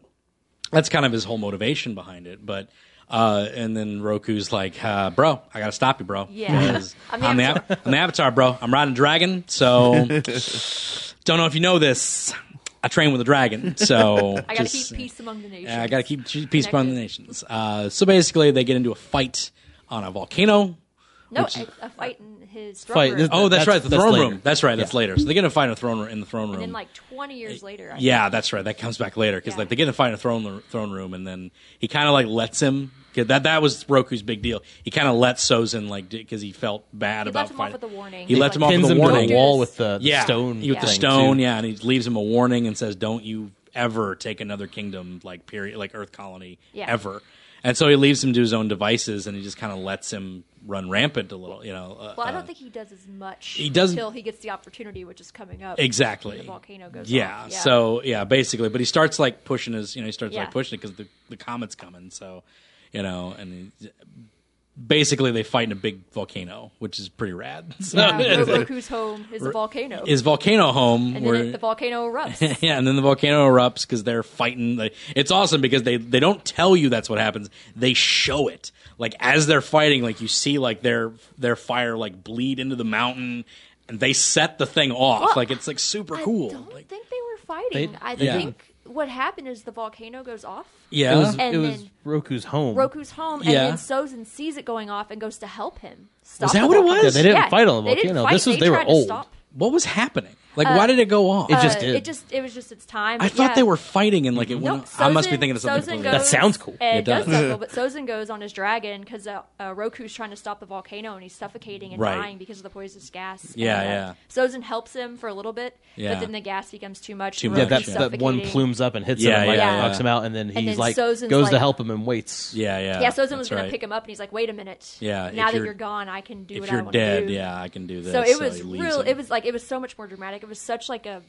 that's kind of his whole motivation behind it. But uh, and then Roku's like, uh, bro, I gotta stop you, bro.
Yeah. (laughs)
'Cause
I'm
I'm,
the
the
Avatar.
av- I'm the Avatar, bro. I'm riding a dragon, so don't know if you know this. I train with a dragon, so
(laughs) I gotta
just-
keep peace among the nations.
yeah, I got to keep ch- peace
Connected.
among the nations. Uh, so basically, they get into a fight on a volcano.
No, a, a fight in his throne
Fight,
room.
this-
Oh, that's,
That's-
right, the
that's
throne
later.
room. That's right, that's later. So they get in a fight in a throne room, in the throne room.
and then like 20 years later. I
yeah, that's right. That comes back later because
Yeah.
like they get in a fight in a throne throne room, and then he kind of like lets him. 'cause that that was Roku's big deal. He kind of let Sozin like because he felt bad
He
about
left him off
fighting-
with a warning.
He
He,
left
like,
him off
pins
with a
him
warning.
to the wall with the, the
yeah,
stone.
with the
thing,
stone.
too.
Yeah, and he leaves him a warning and says, "Don't you ever take another kingdom like period like Earth colony
Yeah.
ever." And so he leaves him to his own devices, and he just kind of lets him run rampant a little. You know, uh,
Well, I don't
uh,
think he does as much
He doesn't-
until he gets the opportunity, which is coming up.
exactly.
when The volcano goes
yeah,
off.
So yeah, basically, but he starts like pushing his, you know, he starts
Yeah.
like pushing it because the the comet's coming. So, you know, and he, basically they fight in a big volcano, which is pretty rad. (laughs) So,
Yeah, Goku's home is a volcano.
Is volcano home?
and then
where-
it, the volcano erupts.
(laughs) yeah, and then the volcano erupts because they're fighting. Like, It's awesome because they they don't tell you that's what happens. They show it like as they're fighting. Like you see like their their fire like bleed into the mountain, and they set the thing off.
Well,
like it's like super cool.
I don't
Like,
think they were fighting.
They-
I
Yeah.
think what happened is the volcano goes off.
yeah,
It was,
And
it was
then-
Roku's home.
Roku's home, and
Yeah.
then Sozin sees it going off and goes to help him. Stop
Was that
the
what it
volcano.
was?
Yeah, they didn't fight on the
they didn't
volcano.
fight.
This was- they were
tried to
old.
stop.
what was happening? Like why did it go off?
it just
Uh,
did.
It just it was just its time.
I thought
Yeah.
they were fighting and like it
Nope,
went. I must be
Sozin-
thinking of something.
Sozin
completely
goes
That sounds cool.
And
It
does.
does.
sound
(laughs)
cool, but Sozin goes on his dragon because uh, uh, Roku's trying to stop the volcano and he's suffocating and
Right.
dying because of the poisonous gas.
Yeah,
and, uh, Sozin helps him for a little bit,
Yeah.
but then the gas becomes too much.
Too
Roku's
yeah,
much,
that's
yeah.
that one
suffocating.
plumes up and hits
Yeah,
him, and, like,
yeah,
knocks
yeah.
him out, and then he's
then
like
Sozin's
goes to
like-
help him and waits.
Yeah, yeah.
Yeah, Sozin
that's
was going to
right.
pick him up, and he's like, "Wait a minute!
Yeah, if
now that
you're-
you're gone, I can do
If
what I
you're
want
dead,
do."
yeah, I can do this.
So it was
he leaves
real.
him.
It was like it was so much more dramatic. It was such like a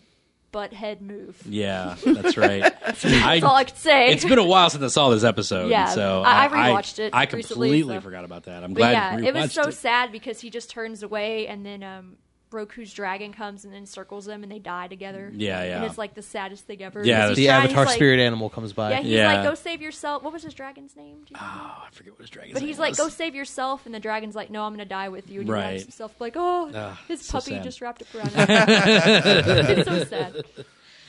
butt head move. (laughs)
Yeah, that's right. that's I,
all I could say. (laughs)
It's been a while since I saw this episode.
Yeah,
so
I- I rewatched it
I
recently,
completely
so-
forgot about that. I'm
But
glad.
yeah,
you
it was
rewatched
so sad because he just turns away, and then um, Roku's dragon comes and encircles them, and they die together.
Yeah, yeah.
And it's like the saddest thing
Yeah,
ever. Because
that's-
The
he's trying-
avatar
he's like-
spirit animal comes by.
Yeah, he's
Yeah.
like, "Go save yourself." What was his dragon's name? Do you remember?
Oh, I forget what his dragon's
But
name
he's like,
was.
"Go save yourself," and the dragon's like, "No, I'm gonna die with you." And he wraps
Right.
himself like, "Oh,
Ah,
his
so
puppy
sad.
just
(laughs)
wrapped up around him." it's so sad.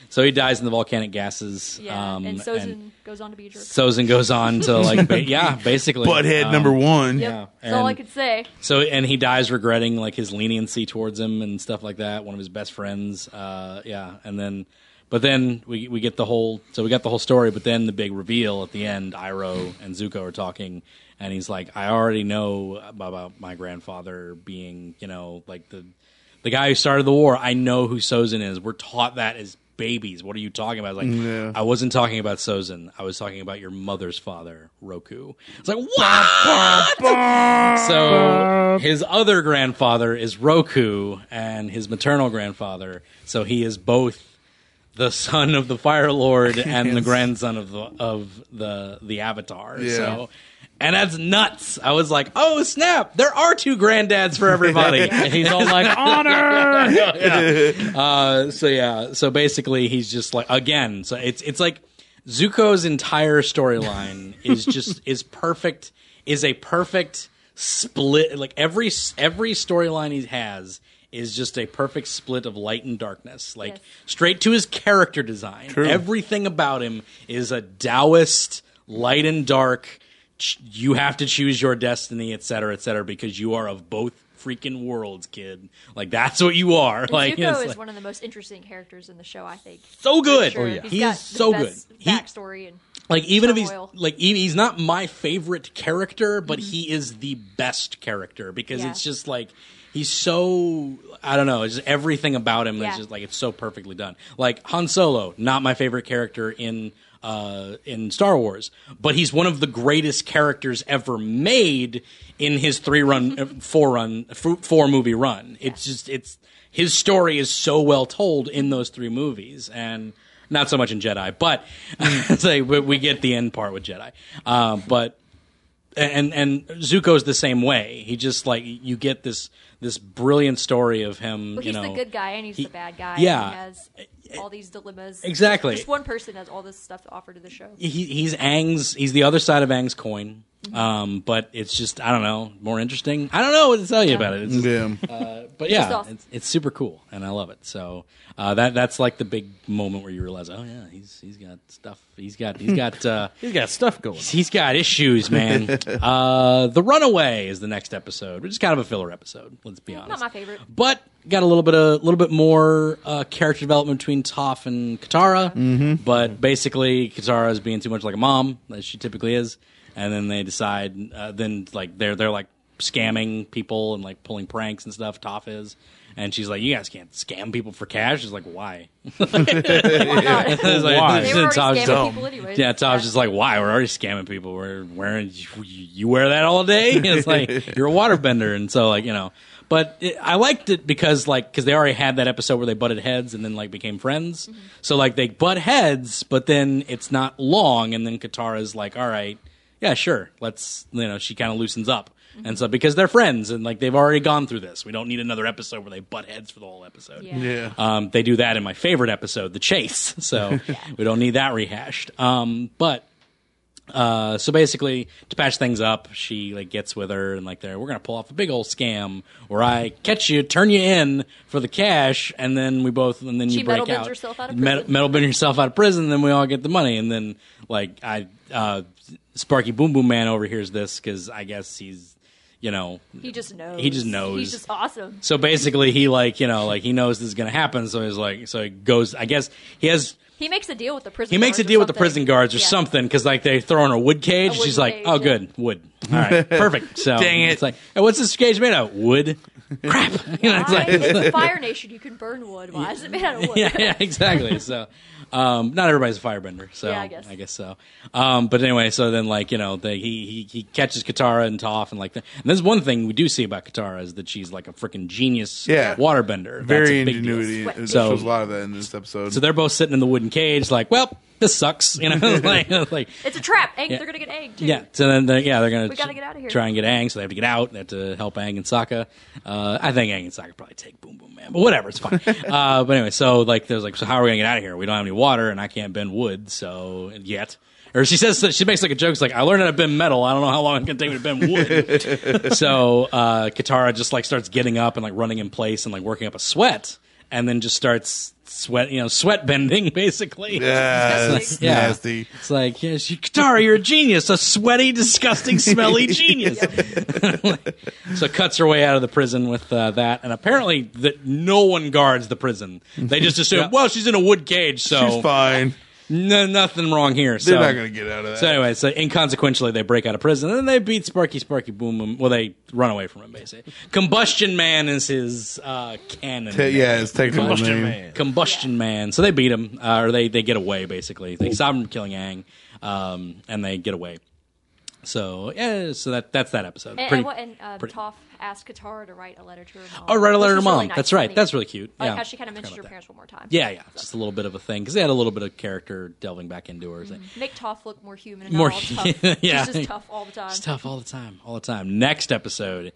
So he dies in the volcanic gases.
Yeah,
um,
and Sozin goes on to be a jerk.
Sozin goes on to like, ba- yeah, basically
Butthead
um,
number one.
Yep,
yeah,
that's all I
and-
could say.
So and he dies regretting like his leniency towards him and stuff like that. One of his best friends, uh, yeah. And then, but then we we get the whole so we got the whole story. But then the big reveal at the end, Iroh and Zuko are talking, and he's like, "I already know about my grandfather being, you know, like the the guy who started the war. I know who Sozin is. We're taught that as babies. What are you talking about? It's like I wasn't talking about Sozin. I was talking about your mother's father, Roku. It's like what? So his other grandfather is Roku, and his maternal grandfather. So he is both the son of the Fire
(laughs)
Lord and the grandson of the of the the Avatar.
Yeah.
So. And that's nuts. I was like, "Oh snap! There are two granddads for everybody."
(laughs) and he's all like,
(laughs)
honor.
Uh, so yeah, so basically he's just like again. So it's it's like Zuko's entire
(laughs)
storyline is just is perfect. Is a perfect split. Like every every storyline he has is just a perfect split of light and darkness. Like
Yes.
straight to his character design. Everything about him is a Taoist light and dark. ch- You have to choose your destiny, et cetera, et cetera, because you are of both freaking worlds, kid. Like that's what you are. (laughs) like
Zuko
it's
is
like-
one of the most interesting characters in the show, I think.
so good.
Sure,
He
got
is
the
so good.
best
He,
backstory and
like even if he's
turmoil.
like he- he's not my favorite character, but he is the best character because
Yeah.
it's just like he's so I don't know, it's just everything about him
Yeah.
is just like it's so perfectly done. Like Han Solo, not my favorite character in uh, in Star Wars, but he's one of the greatest characters ever made in his three run, uh, four run, f- four movie run. It's just it's his story is so well told in those three movies, and not (laughs) so much in Jedi, but say we we get the end part with Jedi, uh, but and and Zuko's the same way. He just like you get this this brilliant story of him.
Well,
you
he's
know,
the good guy and he's
he-
the bad guy.
yeah.
and he has all these dilemmas.
Exactly.
Just one person has all this stuff to offer to the show.
he, he's Ang's. He's the other side of Ang's coin.
Mm-hmm.
Um, but it's just I don't know, more interesting. I don't know what to tell you about it. It's just-
Yeah.
but yeah,
just awesome.
it's, it's super cool, and I love it. So uh, that that's like the big moment where you realize, oh yeah, he's he's got stuff. He's got
(laughs)
he's got uh,
He's got stuff going.
he's got issues, man. uh, the Runaway is the next episode, which is kind of a filler episode. Let's be honest,
Not my favorite.
but got a little bit a little bit more uh, character development between Toph and Katara. But basically, Katara is being too much like a mom as she typically is, and then they decide. Uh, then like they're they're like scamming people and like pulling pranks and stuff. Toph is. And she's like, "You guys can't scam people for cash." She's like,
(laughs)
"Why?" (laughs)
Why not?
It's like-
Why?
They were already
Tom's
scamming
dumb.
people anyways.
Yeah, Tom's
Yeah.
just like, why? We're already scamming people. We're wearing you, you wear that all day. (laughs) It's like you're a waterbender, and so like you know. But it, I liked it because like because they already had that episode where they butted heads and then like became friends. So like they butt heads, but then it's not long, and then Katara's like, all right, yeah, sure, let's you know. She kind of loosens up. And so, because they're friends and like they've already gone through this, we don't need another episode where they butt heads for the whole episode.
Yeah.
Yeah.
Um, they do that in my favorite episode, The Chase. (laughs) So we don't need that rehashed. Um, but uh, so basically, to patch things up, she like gets with her and like they're we're gonna pull off a big old scam where I catch you, turn you in for the cash, and then we both and then
She
you break
metal bends
out,
herself out of
Met-
prison.
metal bend yourself out of prison, then we all get the money, and then like I uh, Sparky Boom Boom Man overhears this because I guess he's you know
He just knows.
He just knows.
He's just awesome.
so basically, he like you know like he knows this is gonna happen, so he's like so he goes. I guess he has
He makes a deal with the prison.
he makes a
guards or
deal with the
something.
prison guards or
Yeah.
something because like they throw in a wood cage.
A
She's
wooden
like,
cage,
oh,
yeah.
good wood. All
(laughs)
right, perfect. So
Dang it.
it's like, "Hey, what's this cage made of? Wood. Crap. (laughs) You know, it's
Why?
like
It's Fire Nation. You can burn wood. Why is it made out of
(laughs)
wood?
yeah, yeah, exactly. So, um, not everybody's a firebender. So
Yeah, I guess.
so. Um, but anyway, so then like you know, they, he he he catches Katara and Toph and like, the, and there's one thing we do see about Katara is that she's like a freaking genius
Yeah.
waterbender. That's
Very
a big deal.
ingenuity.
Sweat.
It
So-
shows a lot of that in this episode.
So they're both sitting in the wooden cage, like, well, this sucks. You know, (laughs) like, like
It's a trap. Egg.
Yeah.
They're gonna get egg too.
yeah. So then, they're, yeah, they're gonna
We gotta
tr-
get outta here.
try and get Aang. So they have to get out. They have to help Aang and Sokka. Uh, I think Aang and Sokka probably take Boom Boom Man, but whatever, it's
(laughs)
fine. uh, but anyway, so like, there's like, so how are we gonna get out of here? We don't have any water, and I can't bend wood, so yet. Or she says she makes like a joke. It's like I learned how to bend metal. I don't know how long it's gonna take me to bend
(laughs)
wood. so uh, Katara just like starts getting up and like running in place and like working up a sweat, and then just starts sweat, you know, sweat bending (laughs) basically.
yeah,
Disgusting.
that's
Yeah.
nasty.
It's like, yeah, she, Katara, you're a genius, a sweaty, disgusting,
(laughs)
smelly genius. (laughs) so cuts her way out of the prison with uh, that, and apparently that no one guards the prison. They just assume, well, she's in a wood cage,
She's
so
fine.
no, nothing wrong here.
They're
so.
not going to get out of that.
So anyway, so inconsequentially, they break out of prison, and then they beat Sparky, Sparky Boom Boom. Well, they run away from him, basically. Combustion Man is his uh, cannon.
Te- yeah, it's technical
Combustion
name.
Man. Combustion Man. So they beat him, uh, or they, they get away basically. They stop him from killing Ang, um, and they get away. So yeah, so that that's that episode.
And,
Pretty-
and, what, and um,
pretty-
Toph asked Katara to write a letter to her mom.
oh, write a
which
letter to
was
mom.
really nice
that's
and
right.
funny.
That's really cute.
I
Yeah.
like how she kind of
Forgot
mentioned her
about that.
parents one more time.
Yeah, yeah, just a little bit of a thing because they had a little bit of character delving back into her. It's like,
Make Toph look more human and
More
not all
hu-
tough.
(laughs) yeah.
She's just tough all the time.
It's tough all the time, all the time. Next episode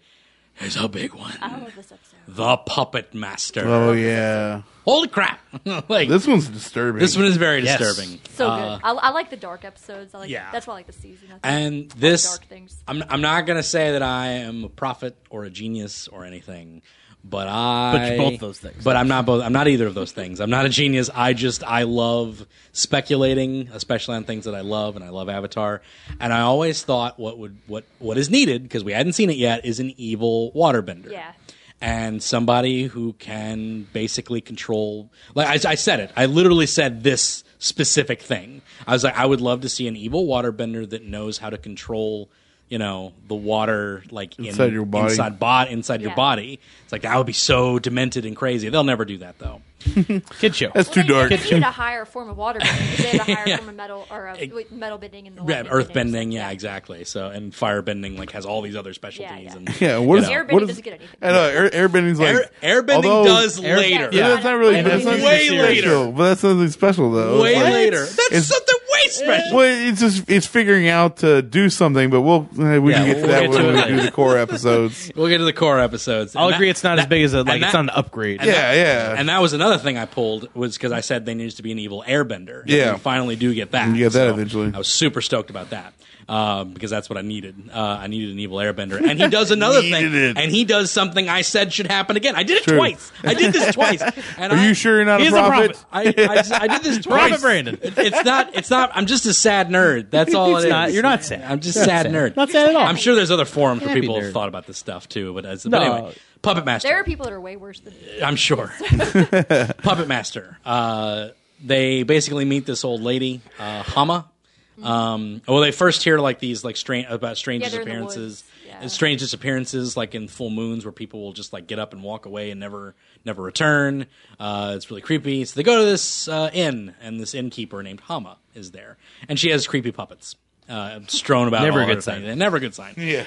is a big one.
I love this episode.
the Puppet Master.
Oh yeah,
Holy crap! (laughs) like this,
this one's disturbing.
one is very
Yes.
disturbing.
So
Uh,
good. I, I like the dark episodes. I like
yeah.
that's why I like the season. I think.
And this,
dark things.
I'm I'm not gonna say that I am a prophet or a genius or anything, but I.
But you're both those things.
But I'm not both. I'm not either of those things. I'm not a genius. I just I love speculating, especially on things that I love, and I love Avatar. And I always thought what would what what is needed because we hadn't seen it yet is an evil waterbender.
Yeah.
And somebody who can basically control, like I, I said it, I literally said this specific thing. I was like, I would love to see an evil waterbender that knows how to control, you know, the water, like in-
Inside your body.
inside bot inside your
Yeah.
body. It's like that would be so demented and crazy. They'll never do that though.
Kid show.
That's too
they,
dark.
They
(laughs)
needed a higher form of water bending. 'cause They had
(laughs)
a higher form of metal or uh, wait, metal bending and the
Yeah,
water
earth
bending or
bending, yeah,
something.
exactly. So and fire bending like has all these other specialties.
yeah.
And,
(laughs) Yeah, what
you
is
know.
Airbending
what is-
doesn't get anything.
uh,
I know air, airbending's like
Air, airbending
although-
does
air-
later.
Yeah, that's not really. That's not
Way
really special,
later.
but that's nothing special though.
Way
Like,
later. That's
It's-
something way special.
Well, it's just it's figuring out to do something, but we'll eh, we
Yeah,
can get to
we'll
that
get to it
when we
later.
do the core episodes.
We'll get to the core episodes.
I'll
And
agree
that-
it's not as
that-
big as a, like
and
it's
that-
not an
(laughs)
upgrade.
and
Yeah,
that-
yeah.
And that was another thing I pulled was because I said there needs to be an evil airbender.
Yeah.
we finally do get that.
You get that eventually.
I was super stoked about that um, because that's what I needed. Uh, I needed an evil airbender, and he does another thing,
Needed it.
and he does something I said should happen again. I did it
True.
twice. I did this
(laughs)
twice. And
Are
I,
you sure you're not
He
a
is a
prophet?
prophet.
I, I, just- I did
(laughs)
this twice.
Robert Brandon.
It- It's not. It's not. I'm just a sad nerd. That's all
It's
it is.
not- you're not sad.
I'm just
You're not
sad,
sad.
nerd.
Not sad at all.
I'm sure there's other forums where
Happy
people have
nerd.
thought about this stuff too. But as but
No.
anyway, Puppet Master.
There are people that are way worse than me.
I'm
(laughs)
sure. Puppet Master. Uh, they basically meet this old lady, uh, Hama. Um, well, they first hear like these like strange about strange
Mm-hmm. Yeah, they're in the
disappearances,
woods. Yeah.
and strange disappearances like in full moons where people will just like get up and walk away and never never return. Uh, it's really creepy. So they go to this uh, inn, and this innkeeper named Hama is there, and she has creepy puppets uh, strewn about.
Never a
all
good
over
sign.
the- Never a good
(laughs)
sign.
Yeah.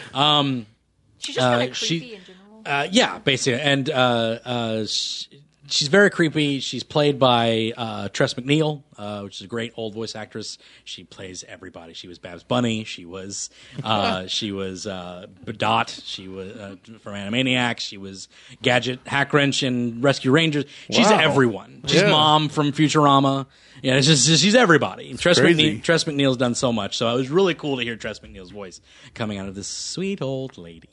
She's just kind
Uh,
of
she-
creepy in general.
Uh, yeah, basically, and uh, uh, sh- she's very creepy. She's played by uh, Tress McNeil, uh, which is a great old voice actress. She plays everybody. She was Babs Bunny. She was
(laughs)
uh, she was uh, Dot. She was uh, from Animaniacs. She was Gadget, Hack Wrench, and Rescue Rangers. She's
Wow.
everyone. She's
Yeah.
mom from Futurama. Yeah, it's just, she's everybody. Tress
crazy.
McNeil, Tress McNeil's done so much, so it was really cool to hear Tress McNeil's voice coming out of this sweet old lady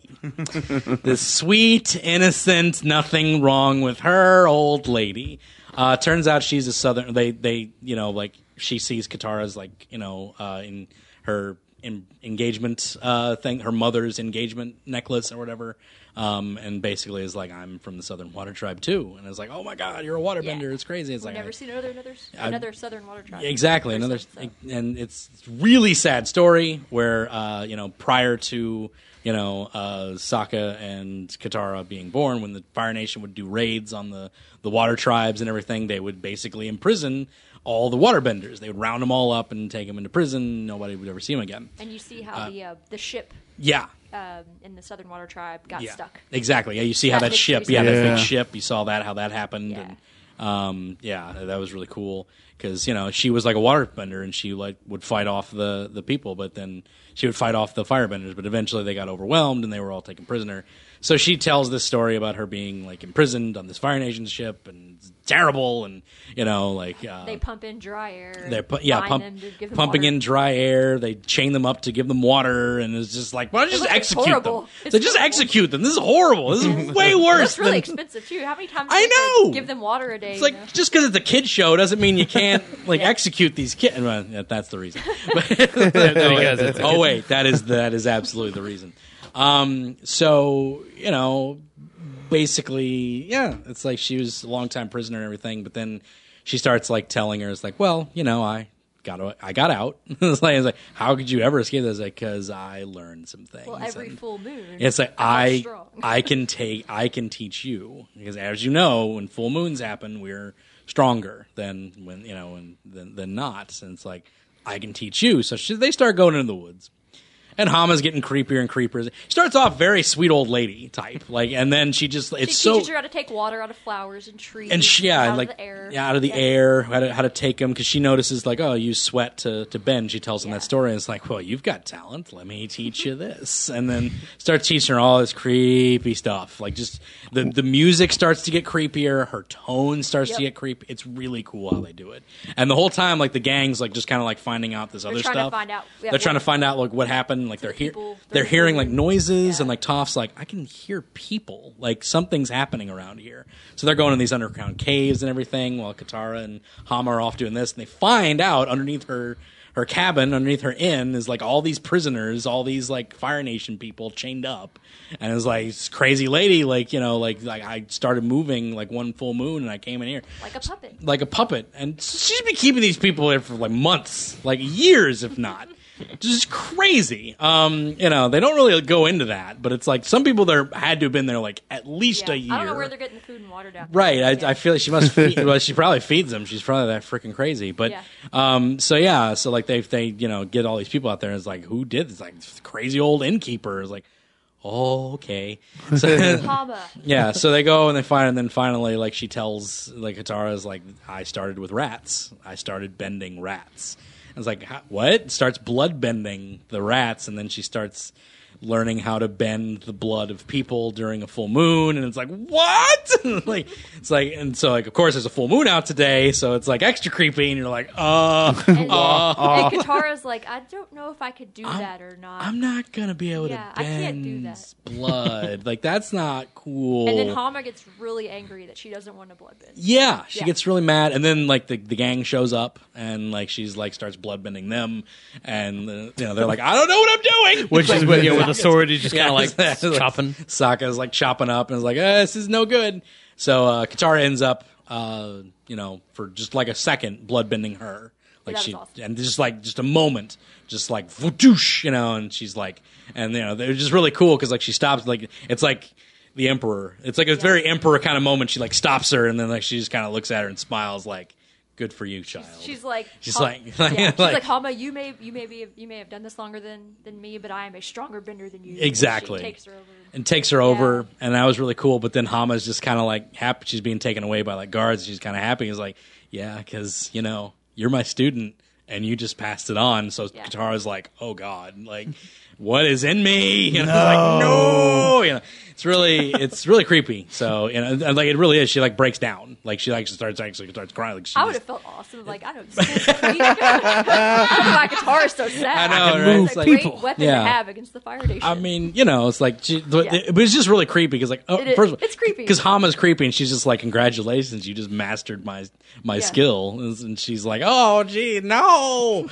this sweet, innocent, nothing wrong with her old lady. Uh, turns out she's a southern. They they you know like she sees Katara's like you know uh, in her in engagement uh, thing, her mother's engagement necklace or whatever. Um, and basically is like, I'm from the Southern Water Tribe too, and it's like, oh my God, you're a waterbender.
Yeah.
It's crazy. It's
I've
like
never
I-
seen another another, another Southern Water Tribe.
Exactly.
person,
Another,
so.
and it's really sad story where uh, you know prior to you know uh, Sokka and Katara being born, when the Fire Nation would do raids on the the Water tribes and everything, they would basically imprison all the Waterbenders. They would round them all up and take them into prison. Nobody would ever see them again.
And you see how the uh, the ship
Yeah.
um, in the Southern Water Tribe got
Yeah.
stuck.
Exactly. Yeah, you see how
That
that
looks
ship,
pretty
yeah, that
sad.
big
Yeah.
ship. You saw that how that happened,
Yeah.
and um, yeah, that was really cool because you know she was like a waterbender and she like would fight off the the people, but then she would fight off the firebenders. But eventually they got overwhelmed and they were all taken prisoner. So she tells this story about her being like imprisoned on this Fire Nation ship and it's terrible, and you know like uh,
They pump in dry air.
they're pu- yeah
bind
pump,
them to give them
pumping
water. (laughs)
in dry air. They chain them up to give them water, and it's just like why don't you
It
just
looks
execute
horrible.
them?
It's
so just
horrible.
execute them. This is horrible.
(laughs)
This is way
That's
worse.
really
than,
expensive too. How many times?
I
do you have to
know!
Give them water a day.
it's
you
like
know?
just because it's a kid show doesn't mean you
(laughs)
can't like
Yeah.
execute these kids. Well, yeah, that's the
(laughs)
reason. But- (laughs) oh, wait, that is that is absolutely the reason. Um, so you know, basically, yeah, it's like she was a long time prisoner and everything, but then she starts like telling her, it's like, well, you know, I got a- I got out. (laughs) it's like, it's like, how could you ever escape this? Like, because I learned some things.
well, every
and-
full moon.
it's like
I'm
I
strong. (laughs)
I can take I can teach you because as you know when full moons happen we're stronger than when you know and than, than not and it's like I can teach you so she, they start going into the woods and Hama's getting creepier and creepier she starts off very sweet old lady type like and then she just
She
it's so
teaches her how to take water out of flowers and trees.
and she, yeah,
out
and like
of the air.
yeah, out of the air, how to, how to take them because she notices like, oh, you sweat to to bend. She tells him
Yeah.
that story, and it's like, well, you've got talent. Let me teach you this, and then starts teaching her all this creepy stuff. Like just the the music starts to get creepier, her tone starts to
Yep.
get creepy. It's really cool how they do it, and the whole time like the gangs like just kind of like finding out this other
trying to
stuff.
find out- yeah,
they're trying to
what-
find out like what happened. Like they're
the
hear
people,
they're
they're
hearing like
hearing.
noises
Yeah.
and like Toph's like, I can hear people. Like something's happening around here. So they're going in these underground caves and everything while Katara and Hama are off doing this. And they find out underneath her her cabin, underneath her inn, is like all these prisoners, all these like Fire Nation people chained up. And it's like this crazy lady, like, you know, like like I started moving like one full moon and I came in here
like a puppet.
like a puppet. And she's been keeping these people there for like months, like years, if not. Just crazy. Um, you know, they don't really go into that, but it's like some people there had to have been there like at least
Yeah.
a year.
I don't know where they're getting the food and water down.
Right, I,
Yeah.
I feel like she must. Feed, well, she probably feeds them. She's probably that freaking crazy. But,
Yeah.
um, so yeah, so like they they you know get all these people out there, and it's like who did this? Like crazy old innkeeper is like, oh, okay. So,
Hama.
yeah, so they go and they find, and then finally, like she tells, like Katara's like, I started with rats. I started bending rats. I was like, "How- what? Starts blood bending the rats, and then she starts learning how to bend the blood of people during a full moon, and it's like, what? (laughs) like it's like, and so like, of course, there's a full moon out today, so it's like extra creepy, and you're like, uh,
And, and Katara's like, I don't know if I could do that or not.
I'm not gonna be able
Yeah,
to
I
bend
can't do that.
blood. like that's not cool.
and then Hama gets really angry that she doesn't want to bloodbend.
Yeah, she
Yeah.
gets really mad, and then like the, the gang shows up, and like she's like starts bloodbending them, and uh, you know they're like, I don't know what I'm doing,
Which
(laughs)
is what, yeah, (laughs) with a sword, he's just
Yeah,
kind of (laughs) like
exactly.
chopping.
Sokka's like chopping up, and is like, eh, this is no good. So uh, Katara ends up, uh, you know, for just like a second, bloodbending her, like
That was
she,
awesome.
and just like just a moment, just like voosh, you know, and she's like, and you know, they're just really cool because like she stops, like it's like. The emperor. It's like a very emperor kind of moment. She like stops her, and then like she just kind of looks at her and smiles, like "Good for you, child."
She's like,
She's
"Hama-
like- (laughs)
yeah,
like-
she's like,
like-
Hama, you may, you may be, you may have done this longer than than me, but I am a stronger bender than you.
Exactly.
She takes her over.
and takes her over, and that was really cool. But then Hama's just kind of like happy; she's being taken away by like guards. She's kind of happy. He's like, "Yeah, because you know you're my student, and you just passed it on." So
Yeah.
Katara's like, "Oh God, like what is in me?" (laughs) You know, like no, you know, it's really it's really creepy. So you know, and, like it really is. She like breaks down. Like she like starts actually starts crying. Like she
I would
just-
have felt awesome. Like
(laughs)
I don't. (laughs) Why Katara's so sad?
I know,
It's
right?
a
It's like-
great
People.
weapon
Yeah.
to have against the Fire Nation.
I mean, you know, it's like, she, but
Yeah.
it, but it's just really creepy because, like, oh,
It is-
first of all,
it's creepy.
because Hama's creepy, and she's just like, "Congratulations, you just mastered my my
Yeah.
skill," and she's like, "Oh, gee,
(laughs)
no."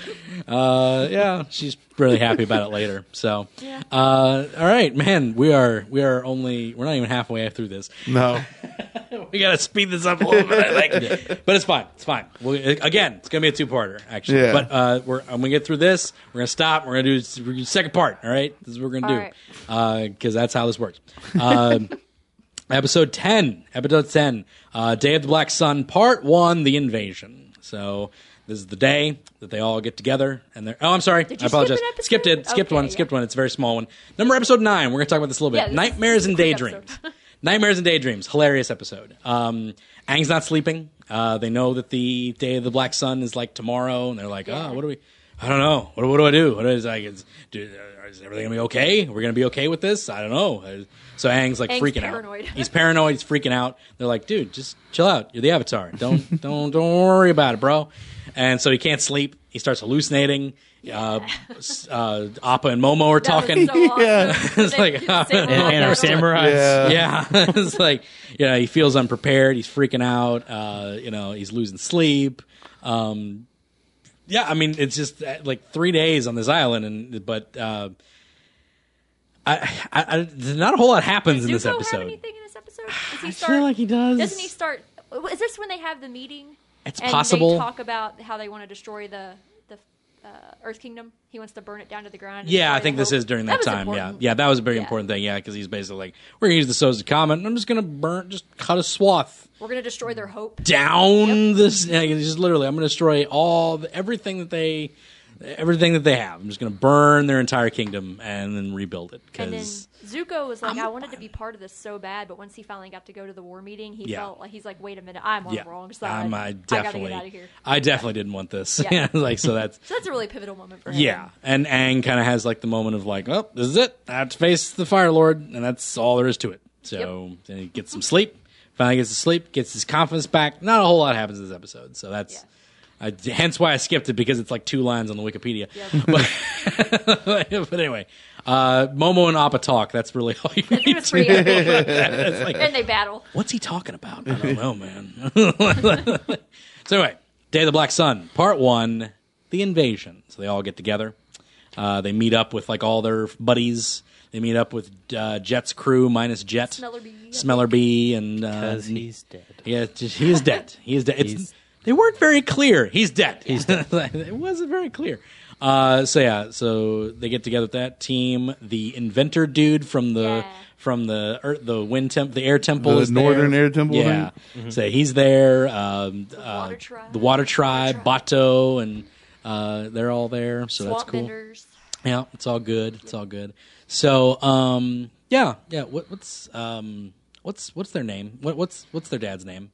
uh, yeah, she's really happy about it later. So,
Yeah.
uh, all right, man, we are we are only we're not even halfway through this.
No.
(laughs) We gotta speed this up a little bit, I (laughs) think. but it's fine. It's fine. We'll, again, it's gonna be a two parter, actually.
Yeah.
But uh, we're, I'm gonna get through this. We're gonna stop. We're gonna do s- we're gonna do second part. All right, this is what we're
All
gonna do because that's how this works. Um, (laughs) episode ten. Episode ten. Uh, day of the Black Sun, Part One: The Invasion. So. This is the day that they all get together, and they're. Oh, I'm sorry.
you
I apologize.
skip an episode?
Skipped it. Skipped
Okay,
one.
yeah.
Skipped one. It's a very small one. Number episode nine. We're gonna talk about this a little
Yeah,
bit.
this is-
Nightmares
this is a
and
quick
daydreams.
episode.
(laughs) Nightmares and Daydreams, hilarious episode. Um, Aang's not sleeping. Uh, they know that the day of the black sun is like tomorrow, and they're like,
Yeah.
"Oh, what do we? I don't know. What, what do I do? What is like? Is, do, is everything gonna be okay? We're gonna be okay with this? I don't know." Uh, So Aang's like
Aang's
freaking
paranoid.
out. He's paranoid. He's freaking out. They're like, "Dude, just chill out. You're the Avatar.
(laughs)
Don't don't don't worry about it, bro." And so he can't sleep. He starts hallucinating. Uh, s- uh, Appa and Momo are
That was
talking.
so awesome.
Yeah.
(laughs)
They
It's like-
did the same
And, and our
little-
samurais.
Yeah.
(laughs) yeah, it's like you know he feels unprepared. He's freaking out. Uh, you know he's losing sleep. Um, yeah, I mean it's just uh, like three days on this island, and but uh, I, I, I there's not a whole lot happens
Does
in this
Zuko
episode.
have anything in this episode? Does he
I
start,
feel like he does.
Doesn't he start? Is this when they have the meeting?
It's
and
possible.
They talk about how they want to destroy the the uh, Earth Kingdom. He wants to burn it down to the ground. and
Yeah, I
destroy
think
the
this
whole-
is during that,
was
time.
important.
Yeah, yeah, that was a very
Yeah.
important thing. Yeah, because he's basically like, we're gonna use the so's to comment. And I'm just gonna burn, just cut a swath
We're gonna destroy their hope.
down this yeah, it's just literally i'm going to destroy all the, everything that they everything that they have i'm just going to burn their entire kingdom and then rebuild it
And then
because
Zuko was like, i wanted to be part of this so bad, but once he finally got to go to the war meeting, he
Yeah.
felt like he's like, wait a minute, I'm on
yeah
the wrong side.
I'm- i definitely
I gotta get out of here.
i definitely didn't want this
Yeah.
(laughs) like so that's
So that's a really pivotal moment (laughs) for him.
yeah and ang kind of has like the moment of like oh this is it i have to face the fire lord and that's all there is to it so then he gets some sleep finally gets to sleep gets his confidence back not a whole lot happens in this episode so that's I, hence why I skipped it because it's like two lines on the Wikipedia. (laughs) But, but anyway, uh, Momo and Appa talk. That's really
(laughs)
all you
It
need
was
to
pretty
know.
epic. and they battle.
What's he talking about? I don't know, man. (laughs) so anyway, Day of the Black Sun, Part One: The Invasion. So they all get together. Uh, they meet up with like all their buddies. They meet up with uh, Jet's crew minus Jet,
Smeller Bee, I think.
Smeller Bee, and uh,
Because he's dead.
yeah, t- he is dead. He is dead. It's,
He's-
they weren't very clear. He's dead. He's (laughs) dead. it wasn't very clear. Uh, so yeah, so they get together with that team. The inventor dude from the
Yeah.
from the earth, the wind temp, the air temple,
The
is there.
Northern Air Temple, I
Yeah, Mm-hmm. so he's there. Um, the,
Water
uh,
Tribe.
the water tribe,
Water
Bato, and uh, they're all there. So that's
Swamp
cool.
benders.
Yeah, it's all good. It's all good. So, um, yeah, yeah. What, what's um, what's what's their name? What, what's what's their dad's name?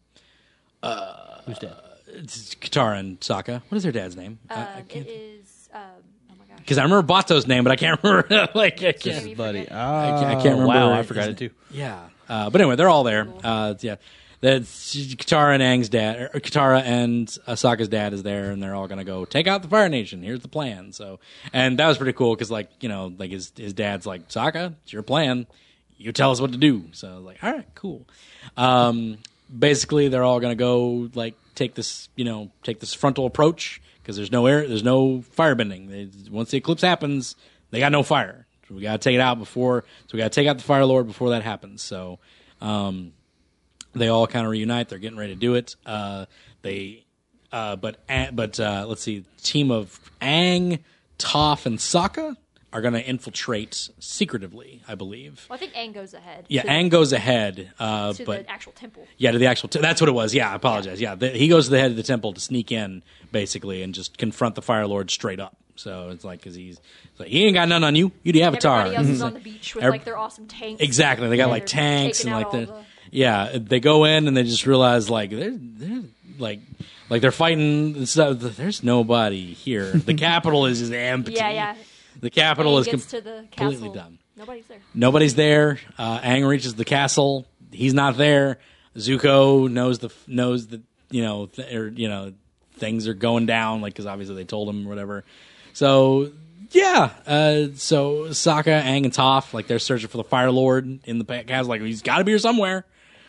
Who's dead?
it's Katara and Sokka. What is their dad's name? I- I
Um,
can't-
it is. Um, oh my gosh.
because I remember Bato's name, but I can't (laughs) remember. like, I can't,
Maybe
buddy.
forget.
I can't, I can't remember.
Oh, Wow, I forgot it too.
Yeah, uh, but anyway, they're all there. Uh, yeah, that's Katara and Aang's dad, or Katara and Sokka's dad is there, and they're all gonna go take out the Fire Nation. Here's the plan. So, and that was pretty cool because, like, you know, like his his dad's like Sokka, it's your plan. You tell us what to do. So, I was like, all right, cool. Um, basically, they're all gonna go like take this, you know, take this frontal approach because there's no air, there's no firebending. They, once the eclipse happens, they got no fire. So we got to take it out before. So we got to take out the Fire Lord before that happens. So um, they all kind of reunite. They're getting ready to do it. Uh, they, uh, but a but uh, let's see, team of Ang, Toph, and Sokka are going to infiltrate secretively, I believe.
Well, I think Aang goes ahead.
Yeah,
to,
Ang goes ahead, uh,
to
but
the actual temple.
yeah, to the actual. T- that's what it was. Yeah, I apologize. Yeah, the, he goes to the head of the temple to sneak in, basically, and just confront the Fire Lord straight up. So it's like, cause he's, he's like, he ain't got nothing on you. You the Avatar.
Everybody else is on the beach with
Every-
like their awesome tanks.
Mm-hmm. Exactly. They got
Yeah,
like
they're
tanks and
taking
like
out
the,
all the-
yeah. They go in and they just realize like they're they're like like they're fighting. and stuff. there's nobody here. The (laughs) capital is just empty.
Yeah, yeah.
The capital
Aang
is
gets
com-
to the castle.
completely done.
Nobody's there.
Nobody's there. Uh, Aang reaches the castle. He's not there. Zuko knows the knows that you know th- or, you know things are going down like because obviously they told him or whatever. So yeah, uh, so Sokka, Aang, and Toph like they're searching for the Fire Lord in the pa- castle. Like he's got to be here somewhere.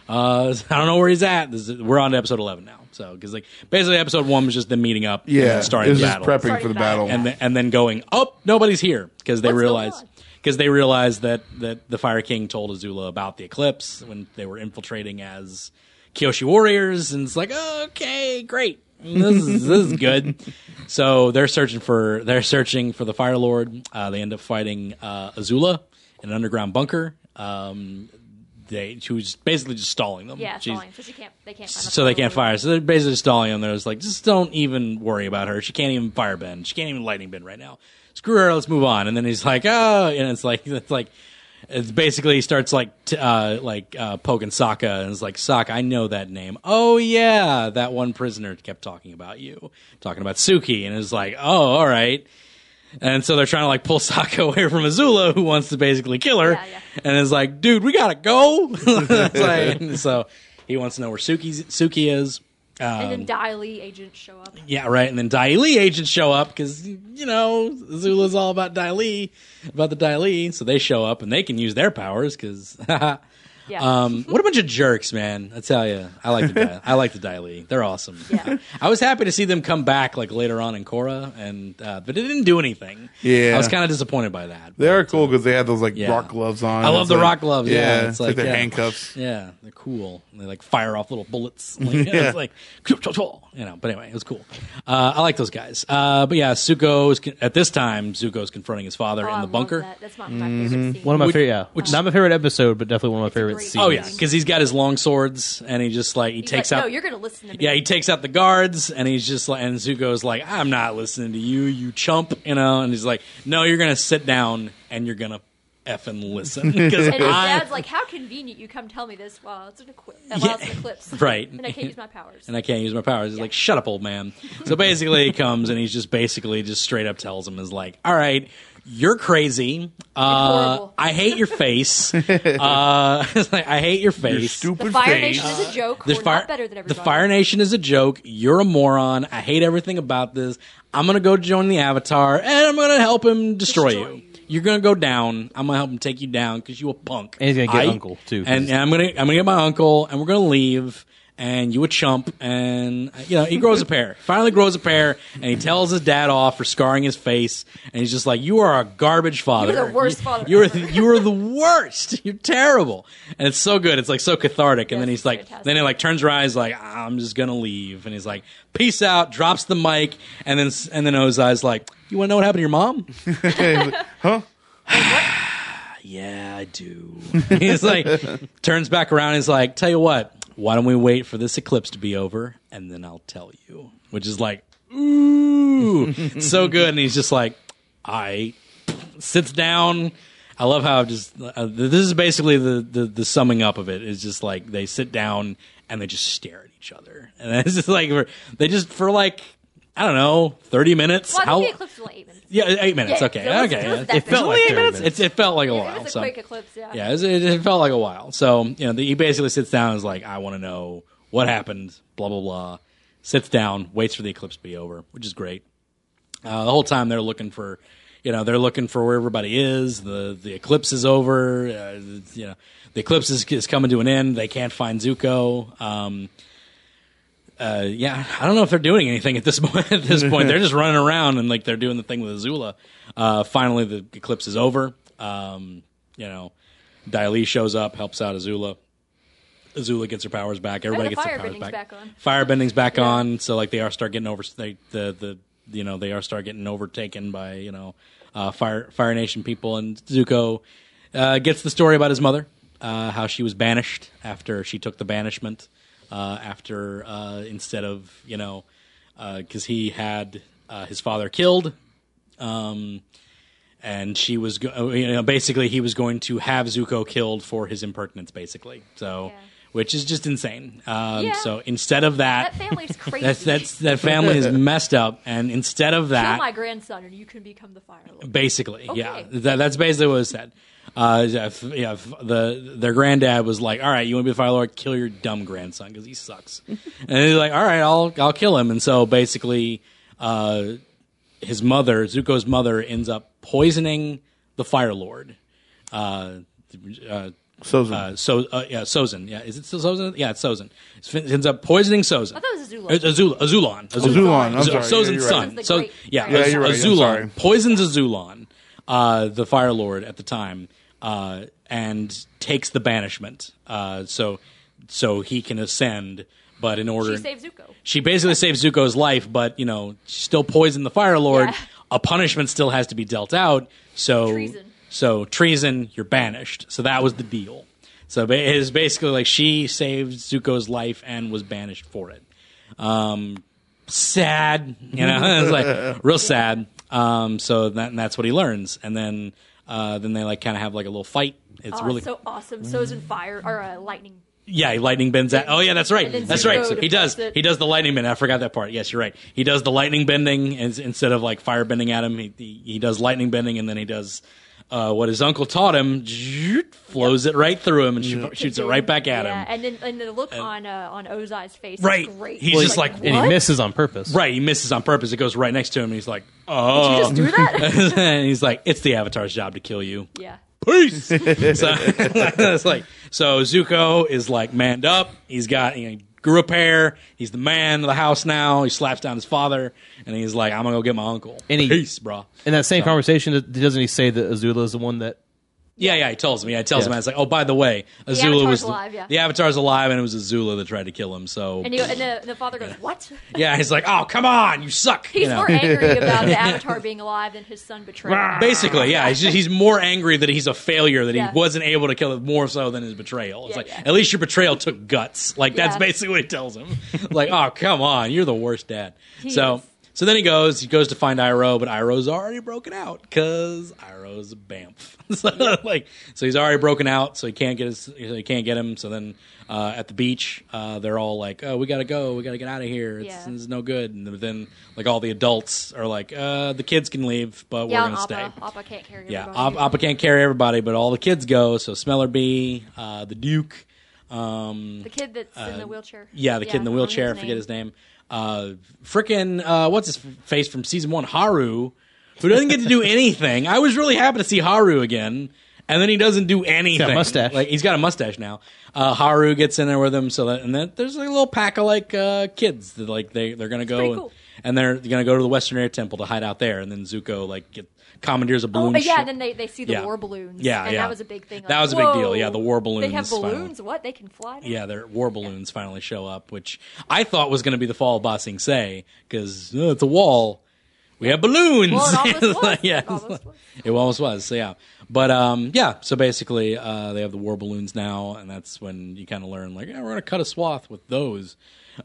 Uh, (laughs) I don't know where he's at. This is, we're on to episode eleven now. So because like basically episode one was just them meeting up, and
Yeah,
starting
this
the
is
battle,
prepping
Starting
for the
the battle.
battle.
and then, and then going, oh, nobody's here because they
What's going
realize
on?
because they realize that that the Fire King told Azula about the eclipse when they were infiltrating as Kyoshi warriors, and it's like, okay, great, this is this is
(laughs)
good. So they're searching for they're searching for the Fire Lord. Uh, they end up fighting uh, Azula in an underground bunker. Um, they she was basically just stalling them.
Yeah, it's
She's-
falling. So she can't. They can't. find the
so they
fire
can't
lord.
fire. So they're basically stalling on there. It's like, just don't even worry about her. She can't even fire bend. She can't even lightning bend right now. Screw her. Let's move on. And then he's like, oh, and it's like, (laughs) it's like, it's basically he starts like, t- uh, like uh, poking Sokka, and it's like, Sokka, I know that name. Oh yeah, that one prisoner kept talking about you, talking about Suki, and it's like, oh, all right. And so they're trying to like pull (laughs) Sokka away from Azula, who wants to basically kill her.
Yeah, yeah.
And is like, dude, we gotta go. (laughs) Like, so he wants to know where Suki's, Suki is.
And
um,
then Daily agents show up.
Yeah, right. And then Dai Li agents show up because, you know, Azula's all about Dai Li, about the Dai Li. So they show up and they can use their powers (laughs) because,
Yeah. (laughs)
um, what a bunch of jerks, man. I tell you, I like the Dai, I like the Dai Li. They're awesome.
Yeah.
I was happy to see them come back like later on in Korra, and, uh, but it didn't do anything.
Yeah.
I was kind of disappointed by that.
They are cool because they have those like
Yeah.
rock gloves on.
I love
It's
the
like-
rock gloves, yeah. It's
it's like,
like,
they're
yeah.
handcuffs.
Yeah, they're cool. And they like fire off little bullets. (laughs) Like, you know, It's like, you know, but anyway, it was cool. Uh, I like those guys. Uh, but yeah, Zuko is con- at this time, Zuko's confronting his father
Oh, I
in the
love
bunker.
that. That's my, my favorite scene.
Mm-hmm. One of my
Which-
favorite, yeah,
which-
not my favorite episode, but definitely one of my favorite
great-
scenes.
Oh yeah, because he's got his long swords and he just like he
He's
takes
like,
out
No, you're gonna listen to me.
yeah, he takes out the guards and he's just like, and Zuko's like, I'm not listening to you, you chump, you know, and he's like, no, you're going to sit down and you're going to effing
(laughs)
listen. (laughs) Because
And his
I,
dad's like, "How convenient you come tell me this while it's an, equi- while it's an eclipse,
(laughs) Right.
And I can't use my powers.
and I can't use my powers. He's like, shut up, old man. So basically, he comes and he's just basically just straight up tells him, is like, all right, you're crazy. Uh,
horrible.
I hate your
(laughs)
face. uh, (laughs) it's like, I hate your face.
Your stupid
the Fire
face.
Nation is a joke.
The
We're
Fire-
not better than
the
everybody.
Fire Nation is a joke. You're a moron. I hate everything about this. I'm gonna go join the Avatar, and I'm gonna help him destroy,
Destroy
you.
you.
you. are gonna go down. I'm gonna help him take you down because you a punk.
And he's gonna get
I-
Uncle, too, 'cause
And, and I'm gonna I'm gonna get my uncle, and we're gonna leave. And you a chump, and uh, you know he grows a
(laughs)
pair. Finally grows a pair, and he tells his dad off for scarring his face, and he's just like, "You are a garbage father.
the worst father
You're (laughs)
ever."
you are the worst. You're terrible." And it's so good. It's like so cathartic. and
Yes,
then he's
it's
like,
fantastic.
then he like turns around. He's like, "Ah, I'm just gonna leave. And he's like, peace out. Drops the mic, and then and then Ozai's like, you want to know what happened to your mom? (sighs) yeah, I do. (laughs) he's like, turns back around. He's like, tell you what, why don't we wait for this eclipse to be over, and then I'll tell you. Which is like, ooh, so good. And he's just like, I sits down. I love how I've just uh, this is basically the, the the summing up of it is just like they sit down and they just stare at each other, (laughs) and it's just like for- they just for like I don't know thirty minutes.
Well, I
how
think the eclipse was only eight minutes.
yeah, eight minutes.
Yeah,
okay,
it was-
okay.
it was that
It
big.
felt like
30
eight minutes.
minutes.
It's, it felt like a while.
It was a
so-
quick eclipse, yeah.
yeah, it, was- it, it felt like a while. So you know, the, he basically sits down and is like, "I want to know what happened." Blah blah blah. Sits down, waits for the eclipse to be over, which is great. Uh, the whole time they're looking for, you know, they're looking for where everybody is. The the eclipse is over. Uh, you know, the eclipse is, is coming to an end. They can't find Zuko. Um, uh, yeah, I don't know if they're doing anything at this (laughs) point. At this point, they're just running around and like they're doing the thing with Azula. Uh, finally, the eclipse is over. Um, you know, Dali shows up, helps out Azula. Azula gets her powers back. Everybody
the
gets their
fire
powers
bending's
back.
back on.
Firebending's back on, so like they are start getting over they, the the you know they are start getting overtaken by you know uh, fire Fire Nation people, and Zuko uh, gets the story about his mother, uh, how she was banished after she took the banishment uh, after uh, instead of you know because he had uh, his father killed and she was go- uh, you know basically he was going to have Zuko killed for his impertinence basically so
Yeah.
which is just insane um,
Yeah.
so instead of that,
That family's
(laughs)
crazy.
that's that's that
(laughs)
family is messed up and instead of
Kill
that
my grandson and you can become the Fire Lord.
basically yeah
Okay.
that, that's basically what it said uh, yeah, if- yeah, if the their granddad was like, "All right, you want to be the Fire Lord? Kill your dumb grandson because he sucks." and he's like, "All right, I'll I'll kill him." And so basically, uh, his mother, Zuko's mother, ends up poisoning the Fire Lord. Uh, uh,
So
uh, so uh, yeah, Sozin. Yeah, is it still Sozin? Yeah, it's Sozin. It's- It ends up poisoning Sozin.
I thought it was Azula.
Azula. Azulon.
Azulon, I'm
Azu-
sorry. Yeah,
Sozin's
you're
son.
right.
So
Sozin's the
yeah,
great-
Yeah, you're right. I'm
Azulon
sorry.
poisons Azulon, uh, the Fire Lord at the time, uh, and takes the banishment. Uh, so so he can ascend. But in order,
She saved Zuko.
she basically saves Zuko's life, but you know, she still poisoned the Fire Lord.
Yeah.
A punishment still has to be dealt out. So
Treason.
So treason, you're banished. So that was the deal. So ba- it is basically like she saved Zuko's life and was banished for it. Um, sad, you know, (laughs) it's like real sad. Um, so that, and that's what he learns, and then uh, then they like kind of have like a little fight. It's
Oh,
really
so awesome. So is in fire or uh, lightning.
yeah, lightning bends out. Oh yeah, that's right.
And then
That's
Zero
right. He
deflects
does.
it.
He does the lightning bend. I forgot that part. Yes, you're right. He does the lightning bending ins- instead of like fire bending at him. He he, he does lightning bending and then he does uh, what his uncle taught him. zhoot, Flows it right through him and shoo- shoots it right back at
Mm-hmm. Yeah,
him.
and then and the look on uh, on Ozai's face.
Right.
Is great.
He's just like,
And
what?
he misses on purpose.
Right, he misses on purpose. It goes right next to him. and He's like,
Did
oh. (laughs)
you just do that?
and he's like, it's the Avatar's job to kill you.
yeah.
(laughs)
peace. so (laughs) it's like so Zuko is like manned up. He's got you know, he grew a pair. He's the man of the house now. He slaps down his father and he's like, I'm gonna go get my uncle.
And he-
peace, bro.
In that same conversation, th- doesn't he say that Azula is the one that?
Yeah, yeah, he tells me. Yeah, he tells
Yeah.
him. It's like, oh, by the way, Azula
Avatar's
was
alive, yeah.
the Avatar's alive, and it was Azula that tried to kill him. So
And, you, and the, the father goes, "What?"
yeah, he's like, oh, come on, you suck.
He's
you know?
more
(laughs)
angry about the Avatar being alive than his son betraying. him.
Basically, yeah, he's, just, he's more angry that he's a failure that
Yeah.
he wasn't able to kill it more so than his betrayal. It's
Yeah,
like
yeah.
at least your betrayal took guts. Like that's
Yeah.
basically what he tells him. (laughs) like, oh come on, you're the worst dad. so
is.
so then he goes, he goes to find Iroh, but Iroh's already broken out because Iroh's a bamf. (laughs) so like so he's already broken out, so he can't get his he can't get him. So then uh, at the beach, uh, they're all like, oh, we gotta go, we gotta get out of here. It's,
Yeah.
it's no good. And then like all the adults are like, uh, the kids can leave, but
yeah,
we're
and
gonna stay.
Appa, Appa can't carry.
Yeah,
everybody.
Op- Oppa can't carry everybody, but all the kids go. So Smellerbee, uh, the Duke, um,
the kid that's in the wheelchair.
uh, yeah, the kid in the
I don't
wheelchair. I
remember
forget his name. Uh, Frickin', uh, what's his face from season one? Haru, who doesn't get to
(laughs)
do anything. I was really happy to see Haru again, and then he doesn't do anything.
mustache.
Like he's got a mustache now. Uh, Haru gets in there with him, so that and then there's like a little pack of like uh, kids that like they they're gonna go
pretty
and,
cool.
and they're gonna go to the Western Air Temple to hide out there, and then Zuko like get, commandeers a
Oh,
balloon.
but yeah,
ship.
and then they, they see the
Yeah.
war balloons.
Yeah,
and
yeah.
that was a big thing.
That
like,
was a big deal,
whoa,
yeah, the war
They have
balloons finally.
balloons. What? They can fly. Now?
Yeah, their war balloons finally show up, which I thought was going to be the fall of Ba Sing Se because uh, it's a wall. We have balloons.
Well, it
(laughs)
almost
It's
was.
like- yeah,
It almost
it's like-
was.
it almost was. So yeah, but um, yeah. So basically, uh, they have the war balloons now, and that's when you kind of learn like, yeah, we're going to cut a swath with those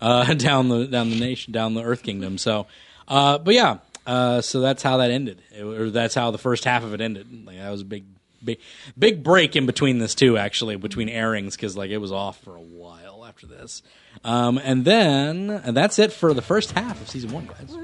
uh, (laughs) down the down the nation down the Earth Kingdom. So, uh, but yeah, uh, so that's how that ended. It, or that's how the first half of it ended. Like that was a big big, big break in between this too, actually, between airings because like it was off for a while after this. Um, and then and that's it for the first half of season one, guys.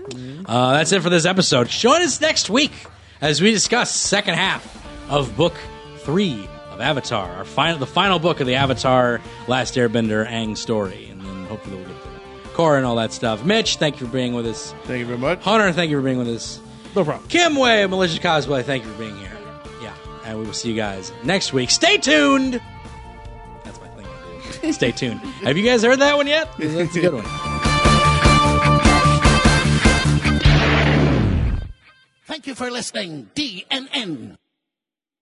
Uh, that's it for this episode. Join us next week as we discuss second half of book three of Avatar, our final, the final book of the Avatar Last Airbender Ang story, and then hopefully we'll get to Korra and all that stuff. Mitch, thank you for being with us.
Thank you very much.
Hunter, thank you for being with us.
No problem.
Kim Way of Malicious Cosplay, thank you for being here. Yeah, and we will see you guys next week. Stay tuned. That's my thing. I
(laughs)
do. Stay tuned. Have you guys heard that one yet? That's a good one.
Thank you for listening, DNN.